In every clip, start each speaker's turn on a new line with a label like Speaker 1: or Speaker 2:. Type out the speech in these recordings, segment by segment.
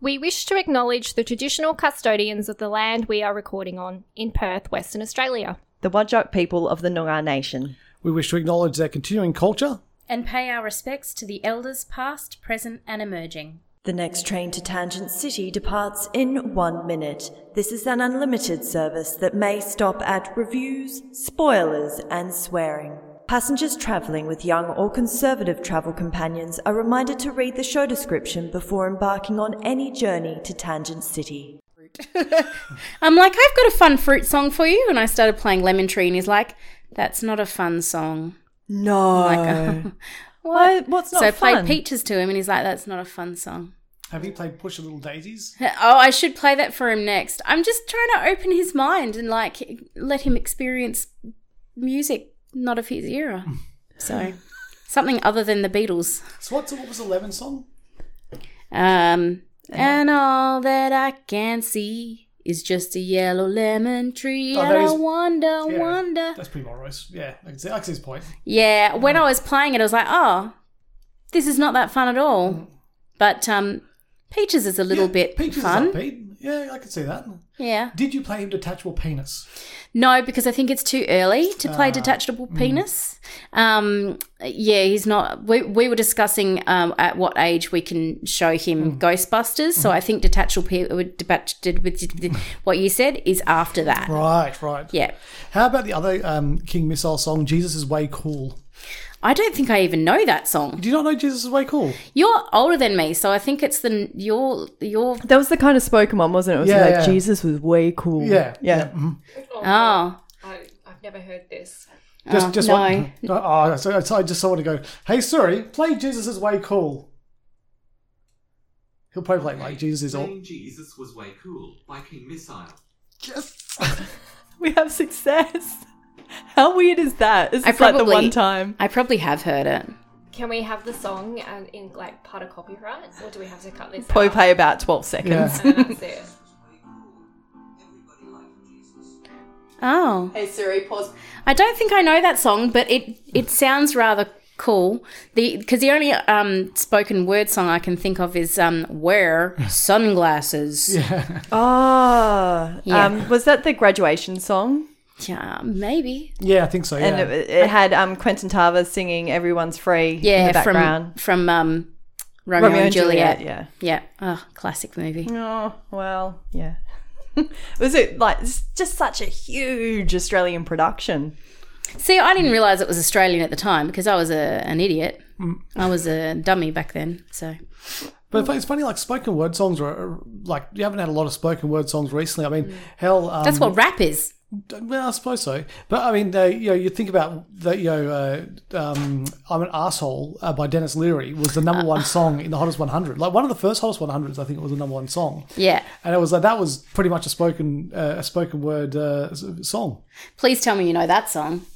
Speaker 1: We wish to acknowledge the traditional custodians of the land we are recording on in Perth, Western Australia.
Speaker 2: the Wajok people of the Noongar Nation.
Speaker 3: We wish to acknowledge their continuing culture.
Speaker 4: and pay our respects to the elders past, present, and emerging.
Speaker 5: The next train to Tangent City departs in one minute. This is an unlimited service that may stop at reviews, spoilers, and swearing. Passengers travelling with young or conservative travel companions are reminded to read the show description before embarking on any journey to Tangent City.
Speaker 4: I'm like, I've got a fun fruit song for you. And I started playing Lemon Tree, and he's like, that's not a fun song.
Speaker 2: No.
Speaker 4: I'm like, "Oh."
Speaker 2: Why- what's not
Speaker 4: so I
Speaker 2: fun?
Speaker 4: played Peaches to him, and he's like, that's not a fun song.
Speaker 3: Have you played Push the Little Daisies?
Speaker 4: Oh, I should play that for him next. I'm just trying to open his mind and like let him experience music not of his era. So something other than the Beatles.
Speaker 3: So what's, what was the Lemon song?
Speaker 4: Um, and all that I can see is just a yellow lemon tree,
Speaker 3: Oh,
Speaker 4: and
Speaker 3: there
Speaker 4: I
Speaker 3: is-
Speaker 4: wonder,
Speaker 3: Yeah,
Speaker 4: wonder.
Speaker 3: That's pretty morose. Yeah, I can see, I can see his point.
Speaker 4: Yeah, when I was playing it, I was like, oh, this is not that fun at all. But um, Peaches is a
Speaker 3: Mm.
Speaker 4: little
Speaker 3: Yeah,
Speaker 4: bit
Speaker 3: Peaches is
Speaker 4: fun.
Speaker 3: upbeat. Yeah, I can see that.
Speaker 4: yeah.
Speaker 3: Did you play him Detachable Penis?
Speaker 4: No, because I think it's too early to play
Speaker 3: Ah,
Speaker 4: detachable penis. Um, yeah, he's not. We, we were discussing um, at what age we can show
Speaker 3: Hmm.
Speaker 4: him Ghostbusters. So I think detachable pe- would- detach- did with what you said is after that.
Speaker 3: Right, right.
Speaker 4: Yeah,
Speaker 3: How about the other um, King Missile song, Jesus is Way Cool?
Speaker 4: I don't think I even know that song.
Speaker 3: Do you not know Jesus is Way Cool?
Speaker 4: You're older than me, so I think it's the your your
Speaker 2: That was the kind of spoken one, wasn't it? It was
Speaker 3: Yeah,
Speaker 2: like
Speaker 3: yeah.
Speaker 2: Jesus was way cool.
Speaker 3: Yeah,
Speaker 2: Yeah.
Speaker 3: yeah. mhm.
Speaker 4: oh
Speaker 1: I, I've never heard this.
Speaker 3: Just,
Speaker 4: Oh,
Speaker 3: just
Speaker 4: no.
Speaker 3: one. No, oh, so, so I just saw to go. Hey, sorry, play Jesus is way cool. He'll probably play like Jesus is all.
Speaker 6: Saying Jesus was way cool by King Missile.
Speaker 2: We have success. How weird is that? Is
Speaker 4: I
Speaker 2: this like the
Speaker 4: probably-
Speaker 2: one time?
Speaker 4: I probably have heard it.
Speaker 1: Can we have the song and in like part of copyright, or do we have to cut this?
Speaker 2: Probably
Speaker 1: out?
Speaker 2: play about 12 seconds.
Speaker 1: And that's it.
Speaker 4: Oh.
Speaker 2: Hey Siri, pause.
Speaker 4: I don't think I know that song, but it it sounds rather cool. The because the only um, spoken word song I can think of is um, "Wear Sunglasses." Yeah,
Speaker 2: Oh.
Speaker 4: Yeah.
Speaker 2: Um, was that the graduation song?
Speaker 4: maybe.
Speaker 3: Yeah, I think so. Yeah.
Speaker 2: And it, it had um, Quentin Tarver singing Everyone's Free in the
Speaker 4: Yeah, from
Speaker 2: background.
Speaker 4: from um, Romeo, and Juliet.
Speaker 2: yeah.
Speaker 4: Yeah, oh, classic movie.
Speaker 2: Oh, well, yeah. was it like it's just such a huge Australian production?
Speaker 4: See, I didn't realize it was Australian at the time because I was a, an idiot. I was a dummy back then. So
Speaker 3: but it's funny, like spoken word songs are are- like you haven't had a lot of spoken word songs recently. I mean, hell, um,
Speaker 4: Mm. that's what rap is.
Speaker 3: Well, I suppose so. But I mean, they, you know, you think about that. You know, uh, um, "I'm an Asshole" uh, by Dennis Leary was the number one song in the hottest 100. Like one of the first hottest 100s, I think it was the number one song.
Speaker 4: Yeah.
Speaker 3: And it was like that was pretty much a spoken uh, a spoken word uh, s- song.
Speaker 4: Please tell me you know that song.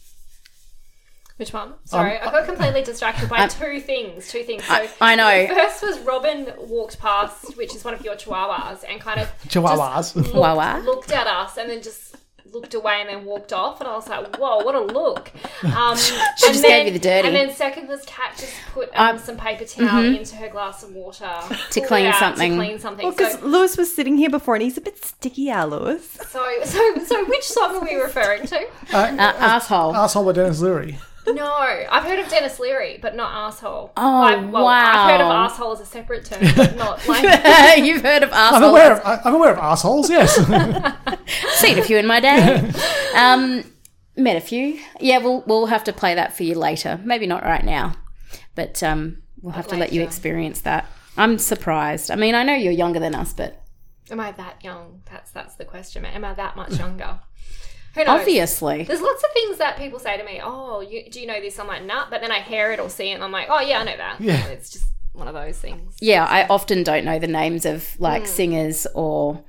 Speaker 1: Which
Speaker 4: Um,
Speaker 1: one? Sorry, I got completely distracted by two things. Two things. So
Speaker 4: I know.
Speaker 1: the First was Robin walked past, which is one of your chihuahuas, and kind of
Speaker 3: Chihuahuas.
Speaker 1: just looked,
Speaker 4: Chihuahua?
Speaker 1: looked at us, and then just looked away, and then walked off. And I was like, "Whoa, what a look!" Um, she
Speaker 4: just gave you the dirty. mm-hmm.
Speaker 1: And then second was Kat just put um, some paper towel into her glass of water pulled it
Speaker 4: clean
Speaker 1: out
Speaker 4: something.
Speaker 1: To clean something.
Speaker 2: Well, because
Speaker 1: so,
Speaker 2: Lewis was sitting here before, and he's a bit sticky, our Lewis.
Speaker 1: so, so, so, which song are we referring to?
Speaker 4: Uh, asshole.
Speaker 3: Asshole by Dennis Leary.
Speaker 1: No, I've heard of Dennis Leary, but not asshole.
Speaker 4: Oh,
Speaker 1: I've heard of
Speaker 4: wow.
Speaker 1: asshole as a separate term, but not like.
Speaker 4: You've heard of
Speaker 3: I'm
Speaker 4: asshole.
Speaker 3: aware of I- I'm aware of assholes. Yes.
Speaker 4: seen a few in my day. Um, met a few. Yeah, we'll we'll have to play that for you later. Maybe not right now, but um, we'll have to let you
Speaker 1: Later.
Speaker 4: experience that. I'm surprised. I mean, I know you're younger than us, but
Speaker 1: am I that young? That's that's the question. Am I that much younger? Who knows?
Speaker 4: obviously,
Speaker 1: There's lots of things that people say to me. Oh, you, do you know this? I'm like, nah. But then I hear it or see it, and I'm like, oh yeah, I know that.
Speaker 3: Yeah.
Speaker 1: It's just one of those things.
Speaker 4: yeah. I often don't know the names of like singers or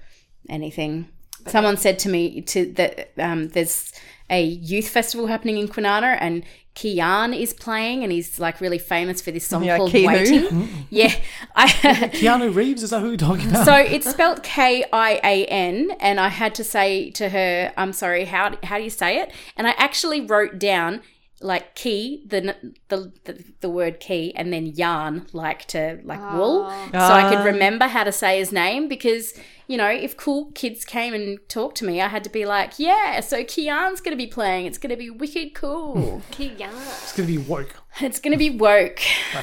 Speaker 4: anything. Someone said to me to that um, there's a youth festival happening in Kwinana and Kian is playing and he's like really famous for this song
Speaker 2: Yeah,
Speaker 4: called
Speaker 2: Ki who?
Speaker 4: Waiting. Yeah, I
Speaker 3: Keanu Reeves. Is that who you're talking about?
Speaker 4: So it's spelled K I A N, and I had to say to her, "I'm sorry. How how do you say it?" And I actually wrote down like key the n- the the, the word key and then yarn like to like wool so i could remember how to say his name because you know if cool kids came and talked to me i had to be like yeah so kian's going to be playing it's going to be wicked cool
Speaker 3: It's going to be woke.
Speaker 4: it's going to be woke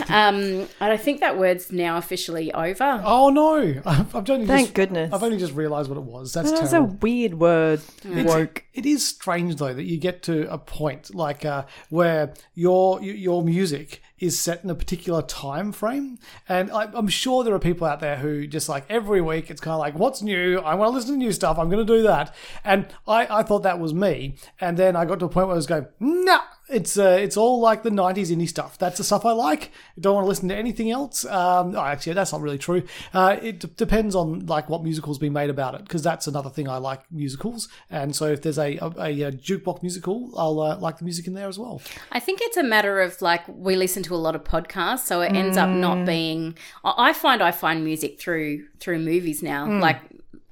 Speaker 4: um and i think that word's now officially over
Speaker 3: Oh no! I've, I've only
Speaker 2: Thank
Speaker 3: just,
Speaker 2: goodness.
Speaker 3: I've only just realised what it was. That's
Speaker 2: That was a
Speaker 3: terrible.
Speaker 2: weird word.
Speaker 4: Mm.
Speaker 2: Woke.
Speaker 3: It is strange though that you get to a point like uh, where your your music is set in a particular time frame, and I, I'm sure there are people out there who just like every week it's kind of like, "What's new? I want to listen to new stuff. I'm going to do that." And I, I thought that was me, and then I got to a point where I was going, "Nah." It's uh, it's all like the '90s indie stuff. That's the stuff I like. Don't want to listen to anything else. Um, oh, actually, that's not really true. Uh, it d- depends on like what musical's been made about it, because that's another thing I like musicals. And so if there's a a, a, uh, jukebox musical, I'll uh, like the music in there as well.
Speaker 4: I think it's a matter of like we listen to a lot of podcasts, so it ends up
Speaker 2: Mm.
Speaker 4: not being. I I find I find music through through movies now, like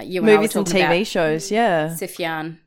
Speaker 4: you and
Speaker 2: Mm. Movies
Speaker 4: I were
Speaker 2: and
Speaker 4: talking
Speaker 2: TV
Speaker 4: about.
Speaker 2: shows. Yeah.
Speaker 4: Sufjan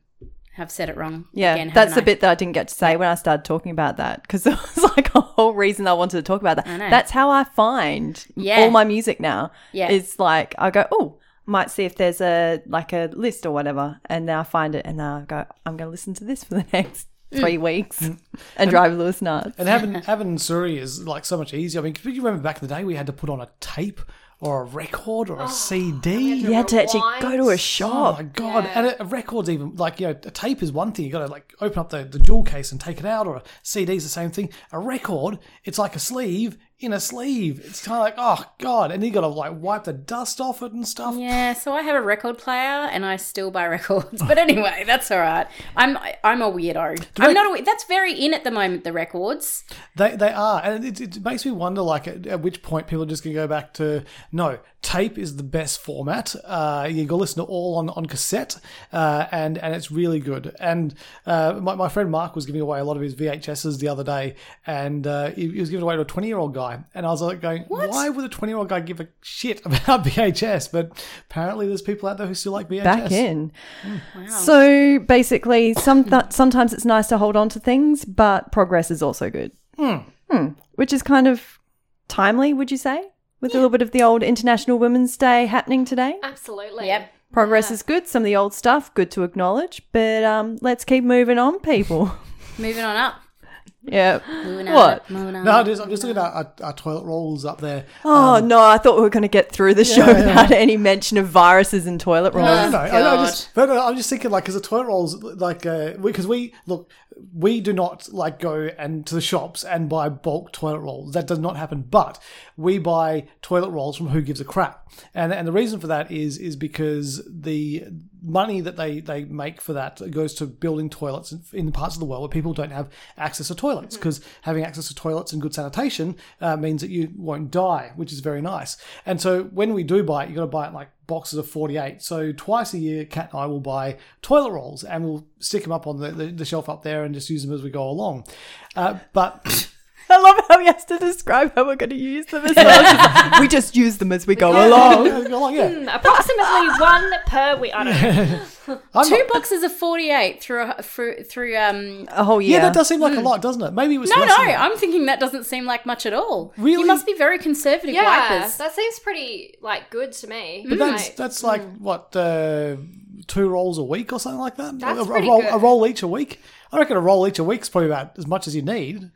Speaker 4: have said it wrong.
Speaker 2: Yeah,
Speaker 4: again,
Speaker 2: that's the
Speaker 4: haven't I?
Speaker 2: bit that I didn't get to say when I started talking about that because there was like a whole reason I wanted to talk about that.
Speaker 4: I know.
Speaker 2: That's how I find
Speaker 4: Yeah.
Speaker 2: all my music now.
Speaker 4: Yeah.
Speaker 2: it's like I go, oh, might see if there's a like a list or whatever, and then I find it, and then I go, I'm going to listen to this for the next
Speaker 4: Mm.
Speaker 2: three weeks and drive Lewis nuts.
Speaker 3: And having having Suri is like so much easier. I mean, could you remember back in the day we had to put on a tape or a record or a CD?
Speaker 2: You had to actually go to a
Speaker 3: Oh
Speaker 2: shop.
Speaker 3: my god! And a, a record's even like you know a tape is one thing. You got to like open up the, the jewel case and take it out, or a CD's the same thing. A record, it's like a sleeve in a sleeve. It's kind of like oh god, and you got to like wipe the dust off it and stuff.
Speaker 4: Yeah, so I have a record player and I still buy records. But anyway, that's all right. I'm I'm a weirdo. I'm not a we- that's very in at the moment the records.
Speaker 3: They they are, and it, it makes me wonder like at, at which point people are just gonna go back to no tape is the best format. Uh, you go listen to all on on cassette, uh, and and it's really good. And uh, my, my friend Mark was giving away a lot of his VHSs the other day, and uh, he, he was giving away to a twenty year old guy, and I was like going, why would a twenty year old guy give a shit about VHS? But apparently, there's people out there who still like VHS.
Speaker 2: back in. So basically, some th- sometimes it's nice to hold on to things, but progress is also good, Hmm. which is kind of timely, would you say? With a little bit of the old International Women's Day happening today,
Speaker 1: Absolutely.
Speaker 4: Yep.
Speaker 2: progress is good. Some of the old stuff, good to acknowledge, but um, let's keep moving on, people.
Speaker 4: Moving on up.
Speaker 2: yeah.
Speaker 4: Moving
Speaker 2: What?
Speaker 4: Up, moving on
Speaker 3: No,
Speaker 4: up.
Speaker 3: I'm just, I'm just looking at our, our toilet rolls up there.
Speaker 2: Oh no, I thought we were going to get through the show without any mention of viruses and toilet rolls.
Speaker 3: No, no,
Speaker 4: Oh,
Speaker 3: I, I
Speaker 4: God.
Speaker 3: just, but uh, I'm just thinking, like, because the toilet rolls, like, because we, 'cause we look, we do not like go and to the shops and buy bulk toilet rolls. That does not happen. But we buy toilet rolls from Who Gives a Crap, and and the reason for that is is because the money that they they make for that goes to building toilets in parts of the world where people don't have access to toilets
Speaker 4: Mm-hmm.
Speaker 3: because having access to toilets and good sanitation uh, means that you won't die which is very nice and so when we do buy it you got to buy it in, like boxes of 48 so twice a year kat and i will buy toilet rolls and we'll stick them up on the, the, the shelf up there and just use them as we go along uh, but
Speaker 2: I love how he has to describe how we're going to use them as well. we just use them as we go
Speaker 4: Oh.
Speaker 2: along.
Speaker 3: As we go along, yeah.
Speaker 1: Mm, Approximately one per week. I don't know.
Speaker 3: I'm
Speaker 4: Two
Speaker 3: not-
Speaker 4: boxes of 48 through a- through through um
Speaker 2: a whole year.
Speaker 3: yeah, that does seem like a lot, doesn't it? Maybe it was
Speaker 4: Mm. No,
Speaker 3: less than
Speaker 4: no,
Speaker 3: that.
Speaker 4: I'm thinking that doesn't seem like much at all.
Speaker 3: Really?
Speaker 4: You must be very conservative
Speaker 1: Yeah,
Speaker 4: wipers.
Speaker 1: that seems pretty like good to me.
Speaker 3: But that's
Speaker 1: Like,
Speaker 3: that's like
Speaker 1: Hmm.
Speaker 3: what uh, two rolls a week or something like that.
Speaker 1: That's
Speaker 3: a, a
Speaker 1: pretty
Speaker 3: roll,
Speaker 1: good.
Speaker 3: a roll each a week. I reckon a roll each a week's probably about as much as you need.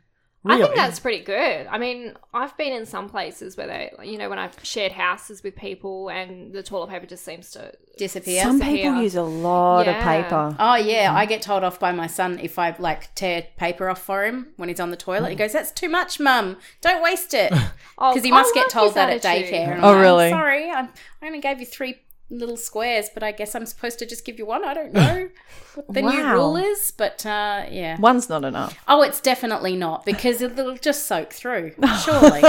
Speaker 3: Really,
Speaker 1: I think that's pretty good. I mean, I've been in some places where they, you know, when I've shared houses with people and the toilet paper just seems to.
Speaker 4: Disappear.
Speaker 2: Some
Speaker 1: Disappear.
Speaker 2: people use a lot of
Speaker 1: Yeah.
Speaker 2: paper.
Speaker 4: Oh yeah, I get told off by my son if I like tear paper off for him when he's on the toilet. He goes, "That's too much, mum. Don't waste it."
Speaker 1: Oh,
Speaker 4: Because he
Speaker 1: I
Speaker 4: must
Speaker 1: love
Speaker 4: get
Speaker 1: his
Speaker 4: told that at
Speaker 1: attitude.
Speaker 4: daycare. And
Speaker 2: Oh,
Speaker 4: I'm like,
Speaker 2: really?
Speaker 4: Sorry, I, I only gave you three little squares, but I guess I'm supposed to just give you one. I don't know what the new
Speaker 2: Wow.
Speaker 4: rule is, but uh, yeah.
Speaker 2: One's not enough.
Speaker 4: Oh, it's definitely not because it'll just soak through, surely.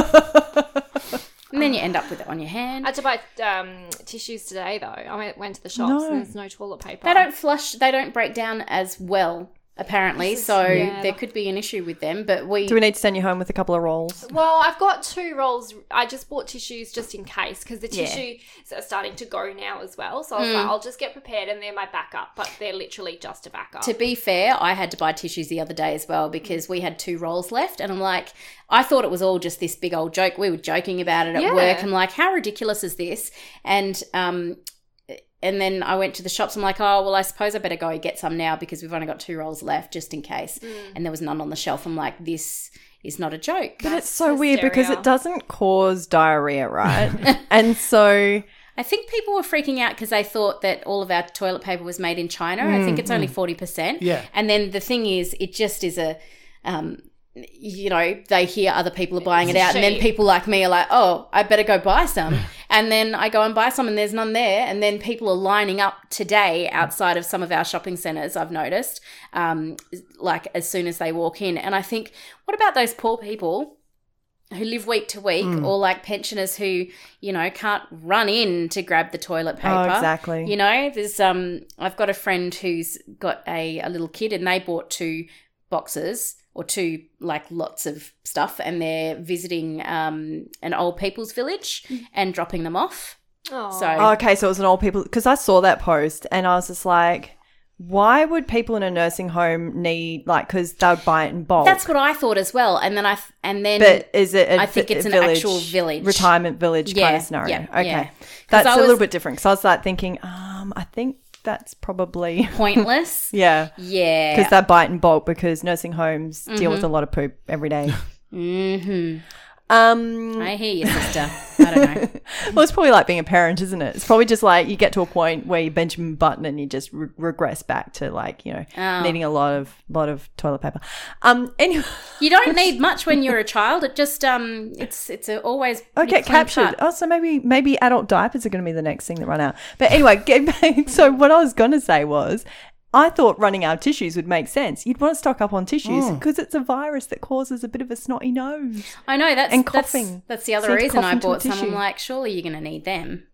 Speaker 4: and then you end up with it on your hand.
Speaker 1: I had to buy um, tissues today, though. I went, went to the shops
Speaker 2: No.
Speaker 1: and there's no toilet paper.
Speaker 4: They don't flush. They don't break down as well apparently.
Speaker 1: This is-
Speaker 4: so
Speaker 1: yeah.
Speaker 4: there could be an issue with them, but we,
Speaker 2: Do we need to send you home with a couple of rolls?
Speaker 1: Well, I've got two rolls. I just bought tissues just in case because the tissues are starting to go now as well. So I was like, I'll just get prepared and they're my backup, but they're literally just a backup.
Speaker 4: to be fair, I had to buy tissues the other day as well because we had two rolls left, and I'm like, I thought it was all just this big old joke. We were joking about it at
Speaker 1: Yeah.
Speaker 4: work. I'm like, how ridiculous is this? And um. And then I went to the shops. I'm like, oh, well, I suppose I better go and get some now because we've only got two rolls left just in case.
Speaker 1: Mm.
Speaker 4: And there was none on the shelf. I'm like, this is not a joke.
Speaker 2: But it's so weird
Speaker 1: hysteria.
Speaker 2: because it doesn't cause diarrhea, right? and so
Speaker 4: I think people were freaking out because they thought that all of our toilet paper was made in China. I think it's only forty percent.
Speaker 3: Yeah.
Speaker 4: And then the thing is, it just is a, um, you know, they hear other people are buying it out, and then
Speaker 1: cheap.
Speaker 4: people like me are like, oh, I better go buy some, and then I go and buy some, and there's none there, and then people are lining up today outside of some of our shopping centres. I've noticed, um, like as soon as they walk in, and I think, what about those poor people? who live week to week
Speaker 2: Mm.
Speaker 4: or like pensioners who you know can't run in to grab the toilet paper
Speaker 2: Oh, exactly.
Speaker 4: you know there's um i've got a friend who's got a, a little kid and they bought two boxes or two like lots of stuff and they're visiting um an old people's village and dropping them off
Speaker 1: Aw.
Speaker 4: so
Speaker 2: Mm. Oh, okay, so it was an old people because I saw that post and I was just like, why would people in a nursing home need like because they would buy it in bulk?
Speaker 4: that's what i thought as well and then i th- and then
Speaker 2: but is it? I
Speaker 4: I think it's an actual village.
Speaker 2: retirement village kind
Speaker 4: Yeah,
Speaker 2: of scenario.
Speaker 4: yeah,
Speaker 2: okay,
Speaker 4: yeah. 'Cause
Speaker 2: that's
Speaker 4: I
Speaker 2: a little
Speaker 4: was-
Speaker 2: bit different. So I was like thinking, um, I think that's probably
Speaker 4: pointless
Speaker 2: yeah. Mm-hmm.
Speaker 4: yeah
Speaker 2: Because they buy it in bulk because nursing homes deal with a lot of poop every day.
Speaker 4: mm-hmm.
Speaker 2: Um,
Speaker 4: i hear you sister i don't know
Speaker 2: well, it's probably like being a parent, isn't it? It's probably just like you get to a point where you Benjamin Button and you just re- regress back to like you know needing a lot of lot of toilet paper. Um, anyway,
Speaker 4: You don't need much when you're a child. It just um, it's it's a always
Speaker 2: I
Speaker 4: pretty
Speaker 2: get
Speaker 4: clean
Speaker 2: captured.
Speaker 4: cut.
Speaker 2: Oh, so maybe maybe adult diapers are going to be the next thing that run out. But anyway, get back. So what I was going to say was. I thought running out of tissues would make sense. You'd want to stock up on tissues because it's a virus that causes a bit of a snotty nose.
Speaker 4: I know that's
Speaker 2: and
Speaker 4: that's-
Speaker 2: coughing.
Speaker 4: That's, the other
Speaker 2: Send
Speaker 4: reason
Speaker 2: cough
Speaker 4: I
Speaker 2: into a
Speaker 4: bought some. I'm
Speaker 2: tissue.
Speaker 4: like, surely you're going to need them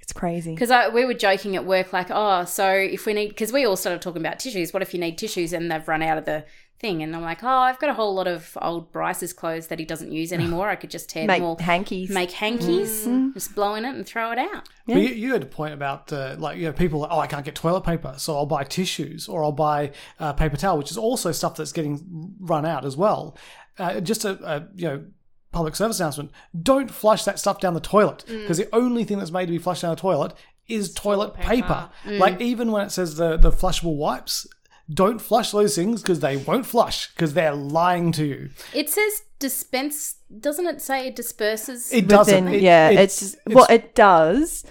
Speaker 2: It's crazy.
Speaker 4: because we were joking at work, like, oh, so if we need, because we all started talking about tissues. What if you need tissues and they've run out of the thing? And I'm like, oh, I've got a whole lot of old Bryce's clothes that he doesn't use anymore. I could just tear
Speaker 2: Make Mm-hmm.
Speaker 4: them all,
Speaker 2: hankies.
Speaker 4: make hankies, just blow in it and throw it out.
Speaker 2: Yeah.
Speaker 3: But you, you had a point about uh, like you know people like, oh I can't get toilet paper so I'll buy tissues or I'll buy uh, paper towel which is also stuff that's getting run out as well. Uh, just a, a you know public service announcement: don't flush that stuff down the toilet
Speaker 2: Mm.
Speaker 3: because the only thing that's made to be flushed down the toilet is toilet paper.
Speaker 2: Mm.
Speaker 3: Like even when it says the the flushable wipes. Don't flush those things because they won't flush because they're lying to you.
Speaker 4: It says dispense, doesn't it? Say it disperses.
Speaker 3: It
Speaker 2: within,
Speaker 3: doesn't. It-
Speaker 2: yeah, it's,
Speaker 3: it's-
Speaker 2: well, it does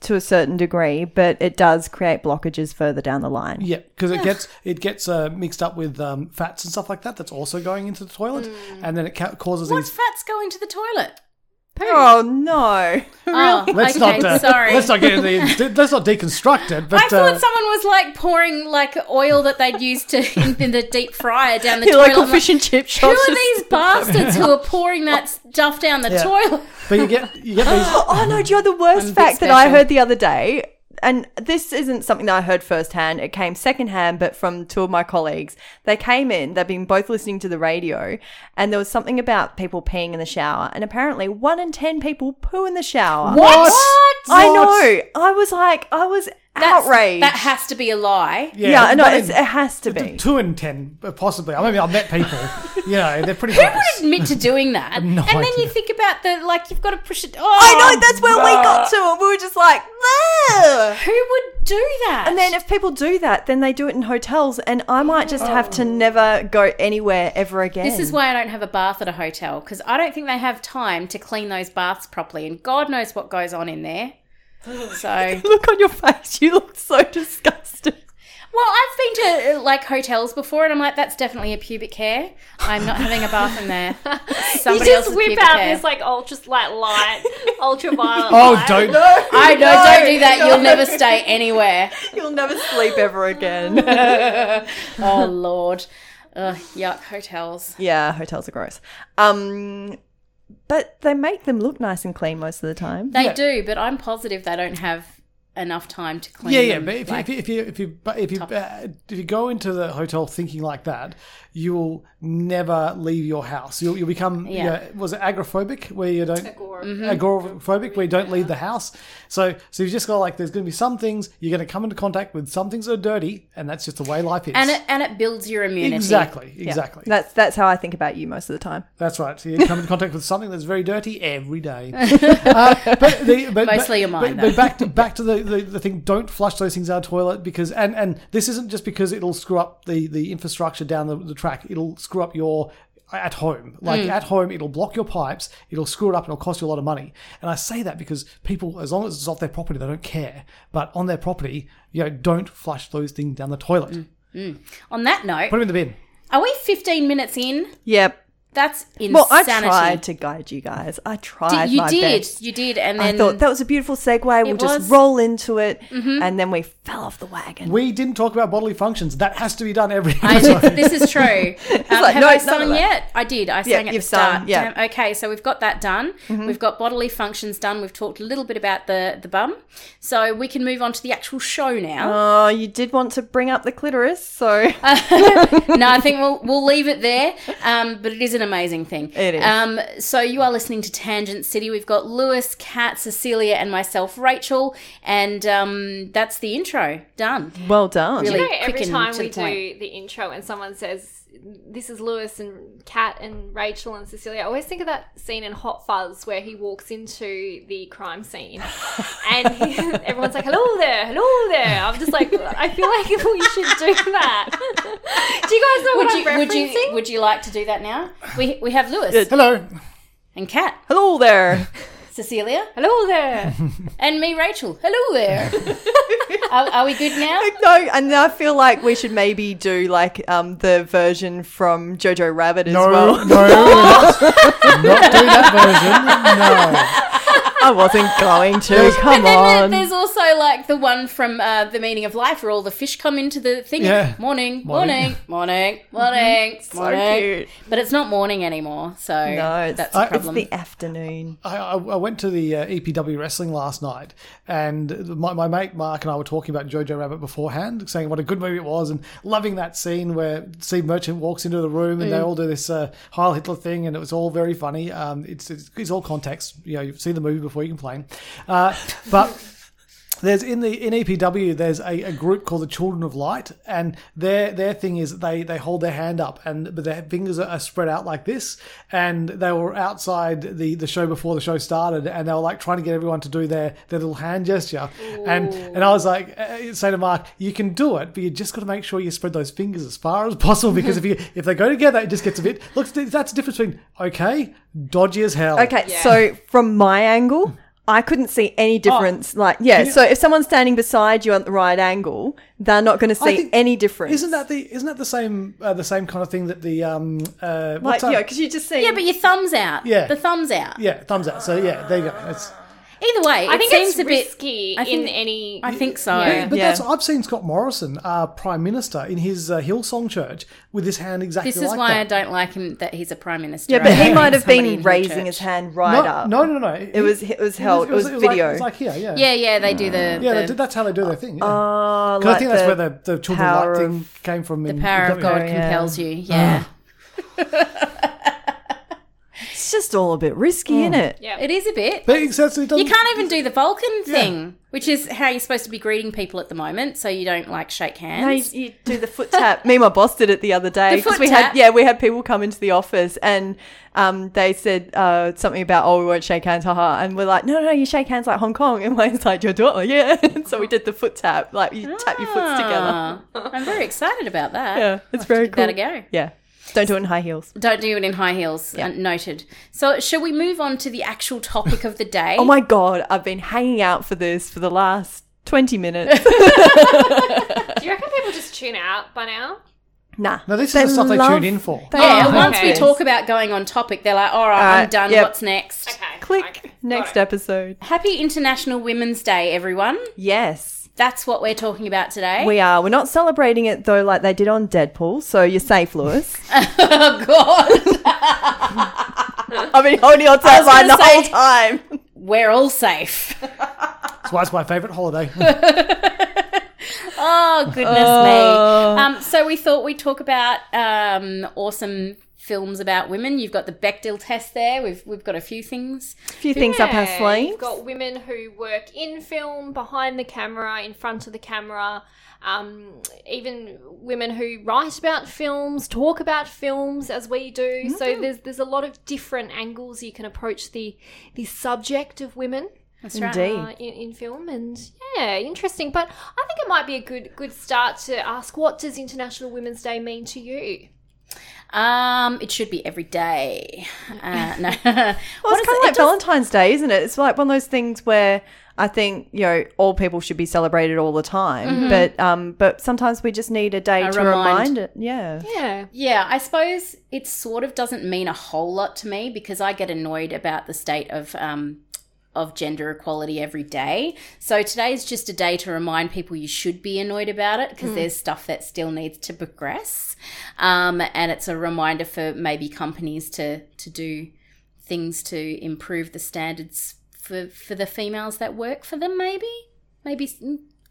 Speaker 2: to a certain degree, but it does create blockages further down the line.
Speaker 3: Yeah, because it gets it gets uh, mixed up with um, fats and stuff like that. That's also going into the toilet, and then it ca- causes
Speaker 4: Mm. what
Speaker 3: these.
Speaker 4: fats go into the toilet?
Speaker 2: Oh no!
Speaker 4: Oh,
Speaker 3: Let's
Speaker 4: okay,
Speaker 3: not. Uh,
Speaker 4: sorry.
Speaker 3: Let's not get into. Let's not deconstruct it. But
Speaker 4: I thought
Speaker 3: uh,
Speaker 4: someone was like pouring like oil that they'd used to in, the deep fryer down the
Speaker 2: Your
Speaker 4: toilet.
Speaker 2: local
Speaker 4: I'm like,
Speaker 2: fish and chip
Speaker 4: Who
Speaker 2: shop.
Speaker 4: are these bastards who are pouring that stuff down the
Speaker 3: Yeah.
Speaker 4: toilet?
Speaker 3: but you get you get these.
Speaker 2: Oh no! Do you know the
Speaker 4: I'm a
Speaker 2: worst
Speaker 4: bit
Speaker 2: fact that I
Speaker 4: special.
Speaker 2: heard the other day? And this isn't something that I heard firsthand. It came secondhand, but from two of my colleagues. They came in. They've been both listening to the radio, and there was something about people peeing in the shower. And apparently, one in ten people poo in the shower.
Speaker 3: What?
Speaker 2: I know.
Speaker 3: What?
Speaker 2: I was like, I was
Speaker 4: That's-
Speaker 2: outraged.
Speaker 4: That has to be a lie.
Speaker 2: yeah, no,
Speaker 3: one
Speaker 2: it's,
Speaker 3: in-
Speaker 2: it has to be.
Speaker 3: two and ten uh, possibly. I mean, I've met people. you know, they're pretty. Who
Speaker 4: Admit to doing that,
Speaker 3: no
Speaker 4: and then you
Speaker 3: idea.
Speaker 4: think about the like you've got to push it. Oh,
Speaker 2: I know that's where we got to, and we were just like, "Ugh."
Speaker 4: Who would do that?
Speaker 2: and then if people do that, then they do it in hotels, and I might just have to never go anywhere ever again.
Speaker 4: This is why I don't have a bath at a hotel because I don't think they have time to clean those baths properly, and God knows what goes on in there. So
Speaker 2: look on your face. You look so disgusted.
Speaker 4: Well, I've been to uh, like hotels before, and I'm like, that's definitely a pubic hair. I'm not having a bath in there.
Speaker 1: you
Speaker 4: Somebody
Speaker 1: just
Speaker 4: else's
Speaker 1: whip
Speaker 4: pubic
Speaker 1: out
Speaker 4: hair.
Speaker 1: this like ultra light light, ultraviolet.
Speaker 3: Oh,
Speaker 1: light.
Speaker 3: don't.
Speaker 4: I know, don't do that. You'll never stay anywhere.
Speaker 2: You'll never sleep ever again.
Speaker 4: Oh lord, Ugh, yuck. Hotels.
Speaker 2: yeah, hotels are gross. Um, but they make them look nice and clean most of the time.
Speaker 4: They do, but I'm positive they don't have enough time to clean.
Speaker 3: Yeah, yeah,
Speaker 4: them,
Speaker 3: but if,
Speaker 4: like-
Speaker 3: if, you, if you but if you if you, uh, if you go into the hotel thinking like that, you will never leave your house. You'll, you'll become yeah.
Speaker 4: Yeah. Mm-hmm.
Speaker 3: Was it agoraphobic where you don't
Speaker 1: Agora-
Speaker 3: agoraphobic where you don't leave the house? So so you just got like there's going to be some things you're going to come into contact with. Some things that are dirty, and that's just the way life is.
Speaker 4: and it and it builds your immunity.
Speaker 3: exactly
Speaker 2: Yeah.
Speaker 3: exactly
Speaker 2: That's that's how I think about you most of the time.
Speaker 3: that's right. So you come into contact with something that's very dirty every day. Uh, but the, but,
Speaker 4: Mostly
Speaker 3: but,
Speaker 4: your mind,
Speaker 3: But, but
Speaker 4: though.
Speaker 3: back to back to the, the, the thing. Don't flush those things out of the toilet because and, and this isn't just because it'll screw up the, the infrastructure down the, the track. It'll screw up your at home. Like
Speaker 4: Mm.
Speaker 3: at home, it'll block your pipes. It'll screw it up and it'll cost you a lot of money. And I say that because people, as long as it's off their property, they don't care. But on their property, you know, don't flush those things down the toilet.
Speaker 4: Mm. On that note,
Speaker 3: Put them in the bin.
Speaker 4: are we 15 minutes in?
Speaker 2: Yep.
Speaker 4: That's insanity.
Speaker 2: Well, I tried to guide you guys. I tried.
Speaker 4: Did- you
Speaker 2: my
Speaker 4: did,
Speaker 2: best.
Speaker 4: you did, and
Speaker 2: I
Speaker 4: then
Speaker 2: thought that was a beautiful segue. We'll
Speaker 4: It
Speaker 2: just
Speaker 4: was. Mm-hmm.
Speaker 2: roll into it, and then we fell off the wagon.
Speaker 3: We didn't talk about bodily functions. That has to be done every.
Speaker 4: I did, this is true. Um,
Speaker 2: like,
Speaker 4: have
Speaker 2: no,
Speaker 4: I
Speaker 2: none of
Speaker 4: sung
Speaker 2: that.
Speaker 4: yet? I did. I sang
Speaker 2: Yeah,
Speaker 4: at the
Speaker 2: you've
Speaker 4: start.
Speaker 2: sung, yeah. Mm-hmm.
Speaker 4: Damn, Okay, so we've got that done. We've got bodily functions done. We've talked a little bit about the the bum, so we can move on to the actual show now.
Speaker 2: Oh, you did want to bring up the clitoris, so
Speaker 4: Uh, no, I think we'll we'll leave it there. Um, but it is an amazing thing.
Speaker 2: It is.
Speaker 4: Um, so you are listening to Tangent City. We've got Lewis, Kat, Cecilia, and myself, Rachel, and um, that's the intro done.
Speaker 2: well done.
Speaker 4: Really?
Speaker 1: You know, every
Speaker 4: quicken
Speaker 1: time
Speaker 4: to
Speaker 1: we
Speaker 4: the
Speaker 1: do
Speaker 4: point.
Speaker 1: the intro and someone says, This is Lewis and Kat and Rachel and Cecilia, I always think of that scene in Hot Fuzz where he walks into the crime scene and he, everyone's like, Hello there, hello there. I'm just like, I feel like we should do that. do you guys know
Speaker 4: Would
Speaker 1: what
Speaker 4: you,
Speaker 1: I'm
Speaker 4: would
Speaker 1: referencing?
Speaker 4: you would you like to do that now? We we have Lewis
Speaker 3: Hello.
Speaker 4: and Kat,
Speaker 2: Hello there.
Speaker 4: Cecilia,
Speaker 1: hello there.
Speaker 4: and me, Rachel. Hello there. are, are we good now?
Speaker 2: no, and I feel like we should maybe do like um, the version from Jojo Rabbit as
Speaker 3: No,
Speaker 2: well.
Speaker 3: no, not, not do that
Speaker 2: I wasn't going to. Come
Speaker 4: And then
Speaker 2: on.
Speaker 4: there- there's also like the one from uh, the meaning of life, where all the fish come into the thing.
Speaker 3: Yeah.
Speaker 4: Morning,
Speaker 3: Morning.
Speaker 4: morning, morning, morning, morning.
Speaker 2: Mm-hmm. cute.
Speaker 4: But it's not morning anymore, so
Speaker 2: no, it's,
Speaker 4: that's
Speaker 2: I-
Speaker 4: a
Speaker 2: it's
Speaker 4: problem.
Speaker 2: the afternoon.
Speaker 3: version. No. I, I, I went to the uh, EPW wrestling last night, and my, my mate Mark and I were talking about Jojo Rabbit beforehand, saying what a good movie it was, and loving that scene where Steve Merchant walks into the room and they all do this uh, Heil Hitler thing, and it was all very funny. Um, it's, it's it's all context. You know, you've seen the movie before you complain, uh, but. there's in the in EPW there's a, a group called the Children of Light, and their their thing is they they hold their hand up and but their fingers are, are spread out like this, and they were outside the the show before the show started, and they were like trying to get everyone to do their their little hand gesture, and and I was like uh, saying to Mark, you can do it, but you just got to make sure you spread those fingers as far as possible because if you if they go together, it just gets a bit. Look, that's the difference between okay, dodgy as hell.
Speaker 2: Okay, so from my angle, I couldn't see
Speaker 3: Oh,
Speaker 2: any difference. like, yeah, so if someone's standing beside you at the right angle, they're not going to
Speaker 3: I
Speaker 2: see
Speaker 3: think-
Speaker 2: any difference.
Speaker 3: Isn't that the isn't that the same uh, the same kind of thing that the um uh
Speaker 2: like,
Speaker 3: what's
Speaker 2: yeah,
Speaker 3: that?
Speaker 2: because you just see.
Speaker 4: yeah, but your thumbs out.
Speaker 3: Yeah.
Speaker 4: the thumbs out.
Speaker 3: Yeah, thumbs up. So yeah, there you go. That's,
Speaker 4: Either way,
Speaker 1: I
Speaker 4: it
Speaker 1: think
Speaker 4: seems
Speaker 1: it's
Speaker 4: a bit.
Speaker 1: risky
Speaker 4: I think-
Speaker 1: in any.
Speaker 4: I think so.
Speaker 1: Yeah.
Speaker 3: but
Speaker 2: Yeah.
Speaker 3: that's I've seen Scott Morrison, uh, Prime Minister, in his uh, Hillsong Church with his hand exactly.
Speaker 4: This is
Speaker 3: like
Speaker 4: why
Speaker 3: that.
Speaker 4: I don't like him that he's a prime minister.
Speaker 2: yeah, but
Speaker 4: I
Speaker 2: he
Speaker 4: hate
Speaker 2: might have
Speaker 4: somebody in
Speaker 2: been
Speaker 4: his
Speaker 2: raising
Speaker 4: church.
Speaker 2: his hand right
Speaker 3: no,
Speaker 2: up.
Speaker 3: No, no, no. It
Speaker 2: was- it was held- it was
Speaker 3: like-
Speaker 2: video.
Speaker 3: it was like here, yeah,
Speaker 4: Yeah, yeah, they do the
Speaker 3: yeah.
Speaker 4: the,
Speaker 3: they did- that's how they do their thing. Yeah.
Speaker 2: Uh,
Speaker 3: 'Cause I
Speaker 2: like
Speaker 3: think that's
Speaker 2: the-
Speaker 3: where the the children
Speaker 2: power
Speaker 3: light
Speaker 2: of-
Speaker 3: thing came from.
Speaker 4: the
Speaker 3: in,
Speaker 4: power of
Speaker 3: in-
Speaker 4: God
Speaker 2: yeah.
Speaker 4: compels you. Yeah,
Speaker 2: uh, It's just all a bit risky, isn't it?
Speaker 1: Yeah.
Speaker 4: it is a bit.
Speaker 3: But it says it
Speaker 4: You
Speaker 3: doesn't-
Speaker 2: Um,
Speaker 4: can't even do the Vulcan thing, which is how you're supposed to be greeting people at the moment, so you don't like shake
Speaker 2: No, you,
Speaker 4: hands.
Speaker 2: you do the foot tap. Me and my boss did it the other day
Speaker 4: The
Speaker 2: because
Speaker 4: foot
Speaker 2: we had
Speaker 4: tap?
Speaker 2: yeah we had people come into the office and um, they said uh, something about oh we won't shake hands haha and we're like no no you shake hands like Hong Kong and Wayne's like you're doing it like, yeah and so we did the foot tap like you tap your foots together
Speaker 4: Ah, I'm very excited about that.
Speaker 2: yeah it's very
Speaker 4: give that
Speaker 2: cool
Speaker 4: a go.
Speaker 2: yeah don't do it in high heels
Speaker 4: Don't do it in high heels. uh, noted. So, shall we move on to the actual topic of the day?
Speaker 2: oh my god I've been hanging out for this for the last twenty minutes
Speaker 1: Do you reckon people just tune out by now?
Speaker 2: nah
Speaker 3: No, this
Speaker 2: They
Speaker 3: is the stuff they
Speaker 2: love-
Speaker 3: tune in for.
Speaker 2: they
Speaker 4: Yeah,
Speaker 2: love
Speaker 4: once we
Speaker 2: this.
Speaker 4: talk about going on topic, they're like, all right, I'm
Speaker 2: Alright,
Speaker 4: done.
Speaker 2: Uh, yep.
Speaker 4: What's next?
Speaker 1: Okay.
Speaker 2: click
Speaker 1: okay.
Speaker 2: next
Speaker 1: Got it.
Speaker 2: episode
Speaker 4: Happy International Women's Day, everyone.
Speaker 2: yes.
Speaker 4: That's what we're talking about today.
Speaker 2: We are. We're not celebrating it though, like they did on Deadpool. So you're safe, Lewis.
Speaker 4: oh, God.
Speaker 2: I've been holding on to
Speaker 4: I
Speaker 2: that
Speaker 4: was
Speaker 2: line the
Speaker 4: gonna
Speaker 2: whole
Speaker 4: say-
Speaker 2: time.
Speaker 4: we're all safe.
Speaker 3: That's why it's my favourite holiday.
Speaker 4: Oh goodness me! Um, so we thought we'd talk about um, awesome films about women. You've got the Bechdel test there. We've we've got a few things.
Speaker 2: A few things up our
Speaker 1: Yeah,
Speaker 2: sleeve.
Speaker 1: You've got women who work in film, behind the camera, in front of the camera, um, even women who write about films, talk about films as we do.
Speaker 2: Mm-hmm.
Speaker 1: So there's there's a lot of different angles you can approach the the subject of women.
Speaker 4: That's
Speaker 1: Uh, in, in film and yeah interesting but i think it might be a good good start to ask what does international women's day mean to you
Speaker 4: Um, it should be every day. Uh, no, well,
Speaker 2: Well, it's kind of like Valentine's Day, isn't it? It's like one of those things where I think you know all people should be celebrated all the time, but um, but sometimes we just need a day
Speaker 4: A
Speaker 2: to
Speaker 4: remind.
Speaker 2: remind it. Yeah,
Speaker 1: yeah
Speaker 4: Yeah, I suppose it sort of doesn't mean a whole lot to me because I get annoyed about the state of um, of gender equality every day. So today's just a day to remind people you should be annoyed about it because there's stuff that still needs to progress, um, and it's a reminder for maybe companies to to do things to improve the standards for for the females that work for them. Maybe maybe s-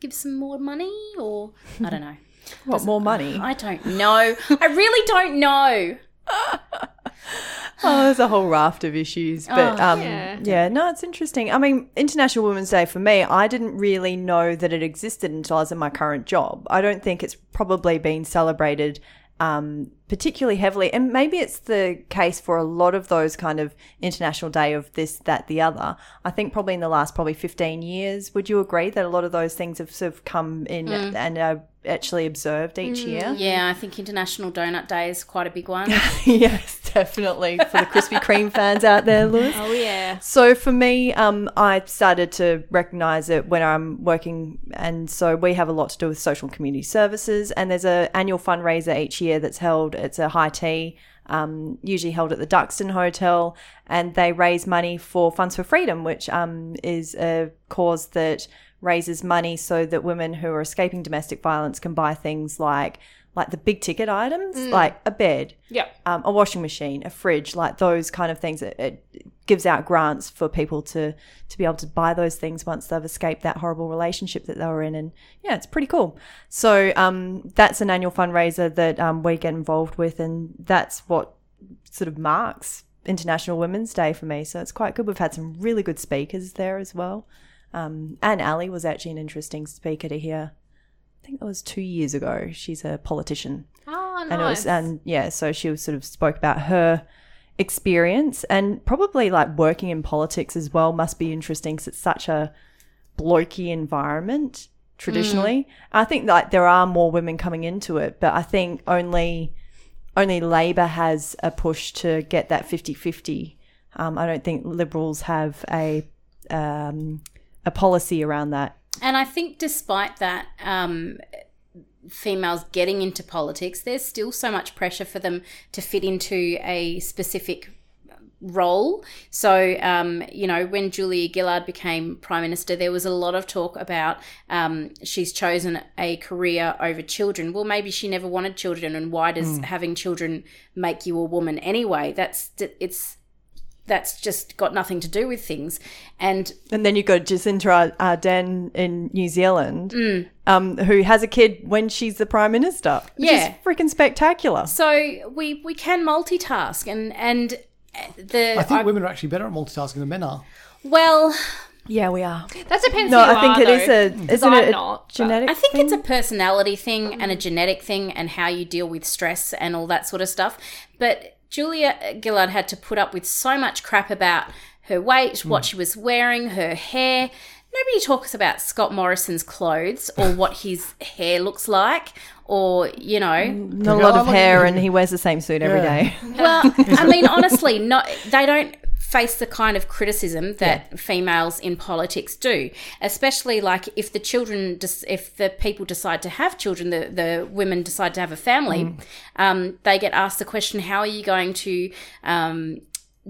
Speaker 4: give some more money or I don't know.
Speaker 2: what more money?
Speaker 4: I don't know. I really don't know.
Speaker 2: Oh, there's a whole raft of issues, but um,
Speaker 1: yeah.
Speaker 2: yeah. no, it's interesting. I mean, International Women's Day for me, I didn't really know that it existed until I was in my current job. I don't think it's probably been celebrated um, particularly heavily, and maybe it's the case for a lot of those kind of International Day of this, that, the other. I think probably in the last probably 15 years, would you agree that a lot of those things have sort of come in and are actually observed each year?
Speaker 4: Yeah, I think International Donut Day is quite a big one.
Speaker 2: yes, definitely for the Krispy Kreme fans out there, Lewis.
Speaker 1: oh yeah
Speaker 2: So for me, um, I started to recognise it when I'm working, and so we have a lot to do with social and community services. And there's a annual fundraiser each year that's held. It's a high tea, um, usually held at the Duxton Hotel, and they raise money for Funds for Freedom, which um, is a cause that raises money so that women who are escaping domestic violence can buy things like like the big ticket items,
Speaker 1: Mm.
Speaker 2: like a bed
Speaker 1: yeah
Speaker 2: um, a washing machine, a fridge, like those kind of things. It, it gives out grants for people to to be able to buy those things once they've escaped that horrible relationship that they were in, and yeah, it's pretty cool. So um, that's an annual fundraiser that um, we get involved with, and that's what sort of marks International Women's Day for me. So it's quite good. We've had some really good speakers there as well. Um, Anne Alley was actually an interesting speaker to hear. I think it was two years ago. She's a politician
Speaker 1: oh nice
Speaker 2: and it was and yeah so she was sort of spoke about her experience and probably like working in politics as well must be interesting because it's such a blokey environment
Speaker 1: Mm.
Speaker 2: traditionally i think like there are more women coming into it but i think only only labour has a push to get that 50-50 um, i don't think liberals have a um, a policy around that
Speaker 4: and I think despite that, um, females getting into politics, there's still so much pressure for them to fit into a specific role. So, um, you know, when Julia Gillard became Prime Minister, there was a lot of talk about um, she's chosen a career over children. Well, maybe she never wanted children, and why does having children make you a woman anyway? That's it's that's just got nothing to do with things. And
Speaker 2: And then you've got Jacinta Ardern in New Zealand,
Speaker 4: Mm.
Speaker 2: um, who has a kid when she's the prime minister. Which
Speaker 4: Yeah.
Speaker 2: is freaking spectacular.
Speaker 4: So we we can multitask and and the
Speaker 3: I think
Speaker 4: I-
Speaker 3: women are actually better at multitasking than men are.
Speaker 4: well
Speaker 2: Yeah, we are.
Speaker 1: that depends
Speaker 2: No,
Speaker 1: who you
Speaker 2: I think
Speaker 1: are,
Speaker 2: it is
Speaker 1: though.
Speaker 2: a
Speaker 4: Mm.
Speaker 1: 'Cause
Speaker 2: isn't
Speaker 1: I'm
Speaker 2: it a
Speaker 1: not, but-
Speaker 2: genetic?
Speaker 4: I think
Speaker 2: thing?
Speaker 4: it's
Speaker 3: Mm.
Speaker 4: a personality thing and a genetic thing and how you deal with stress and all that sort of stuff. But Julia Gillard had to put up with so much crap about her weight, what
Speaker 3: Mm.
Speaker 4: she was wearing, her hair. Nobody talks about Scott Morrison's clothes or what his hair looks like or, you
Speaker 3: Mm.
Speaker 4: know,
Speaker 2: not a lot of hair, and he wears the same suit every
Speaker 3: Yeah.
Speaker 2: day.
Speaker 4: Well, I mean, honestly, no, they don't face the kind of criticism that females in politics do, especially like if the children, des- if the people decide to have children, the, the women decide to have a family, um, they get asked the question, how are you going to um,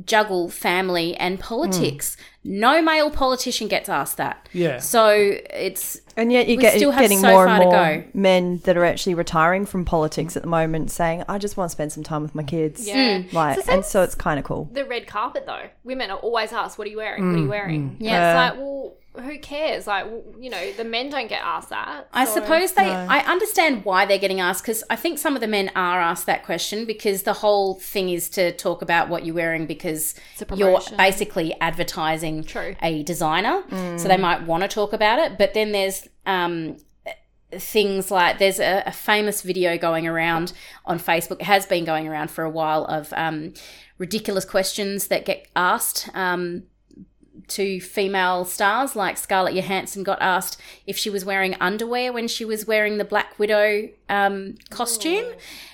Speaker 4: juggle family and politics? No male politician gets asked that.
Speaker 3: Yeah.
Speaker 4: So it's
Speaker 2: And yet you
Speaker 4: We
Speaker 2: get
Speaker 4: still have
Speaker 2: getting
Speaker 4: so
Speaker 2: more
Speaker 4: far
Speaker 2: and
Speaker 4: to
Speaker 2: more
Speaker 4: go.
Speaker 2: men that are actually retiring from politics at the moment, saying, "I just want to spend some time with my kids."
Speaker 1: Yeah. Mm.
Speaker 2: like,
Speaker 1: It's the
Speaker 2: and
Speaker 1: same
Speaker 2: so it's kind of cool.
Speaker 1: the red carpet though women are always asked what are you wearing what are you wearing
Speaker 4: Yeah.
Speaker 1: yeah it's like well who cares like well, you know the men don't get asked that
Speaker 4: I
Speaker 1: so-
Speaker 4: suppose they. I understand why they're getting asked because I think some of the men are asked that question because the whole thing is to talk about what you're wearing because
Speaker 1: a
Speaker 4: you're
Speaker 1: promotion.
Speaker 4: basically advertising
Speaker 1: True.
Speaker 4: a designer, so they might want to talk about it. But then there's um, things like there's a, a famous video going around on Facebook. It has been going around for a while of um, ridiculous questions that get asked. Um, to female stars, like Scarlett Johansson got asked if she was wearing underwear when she was wearing the Black Widow um, costume.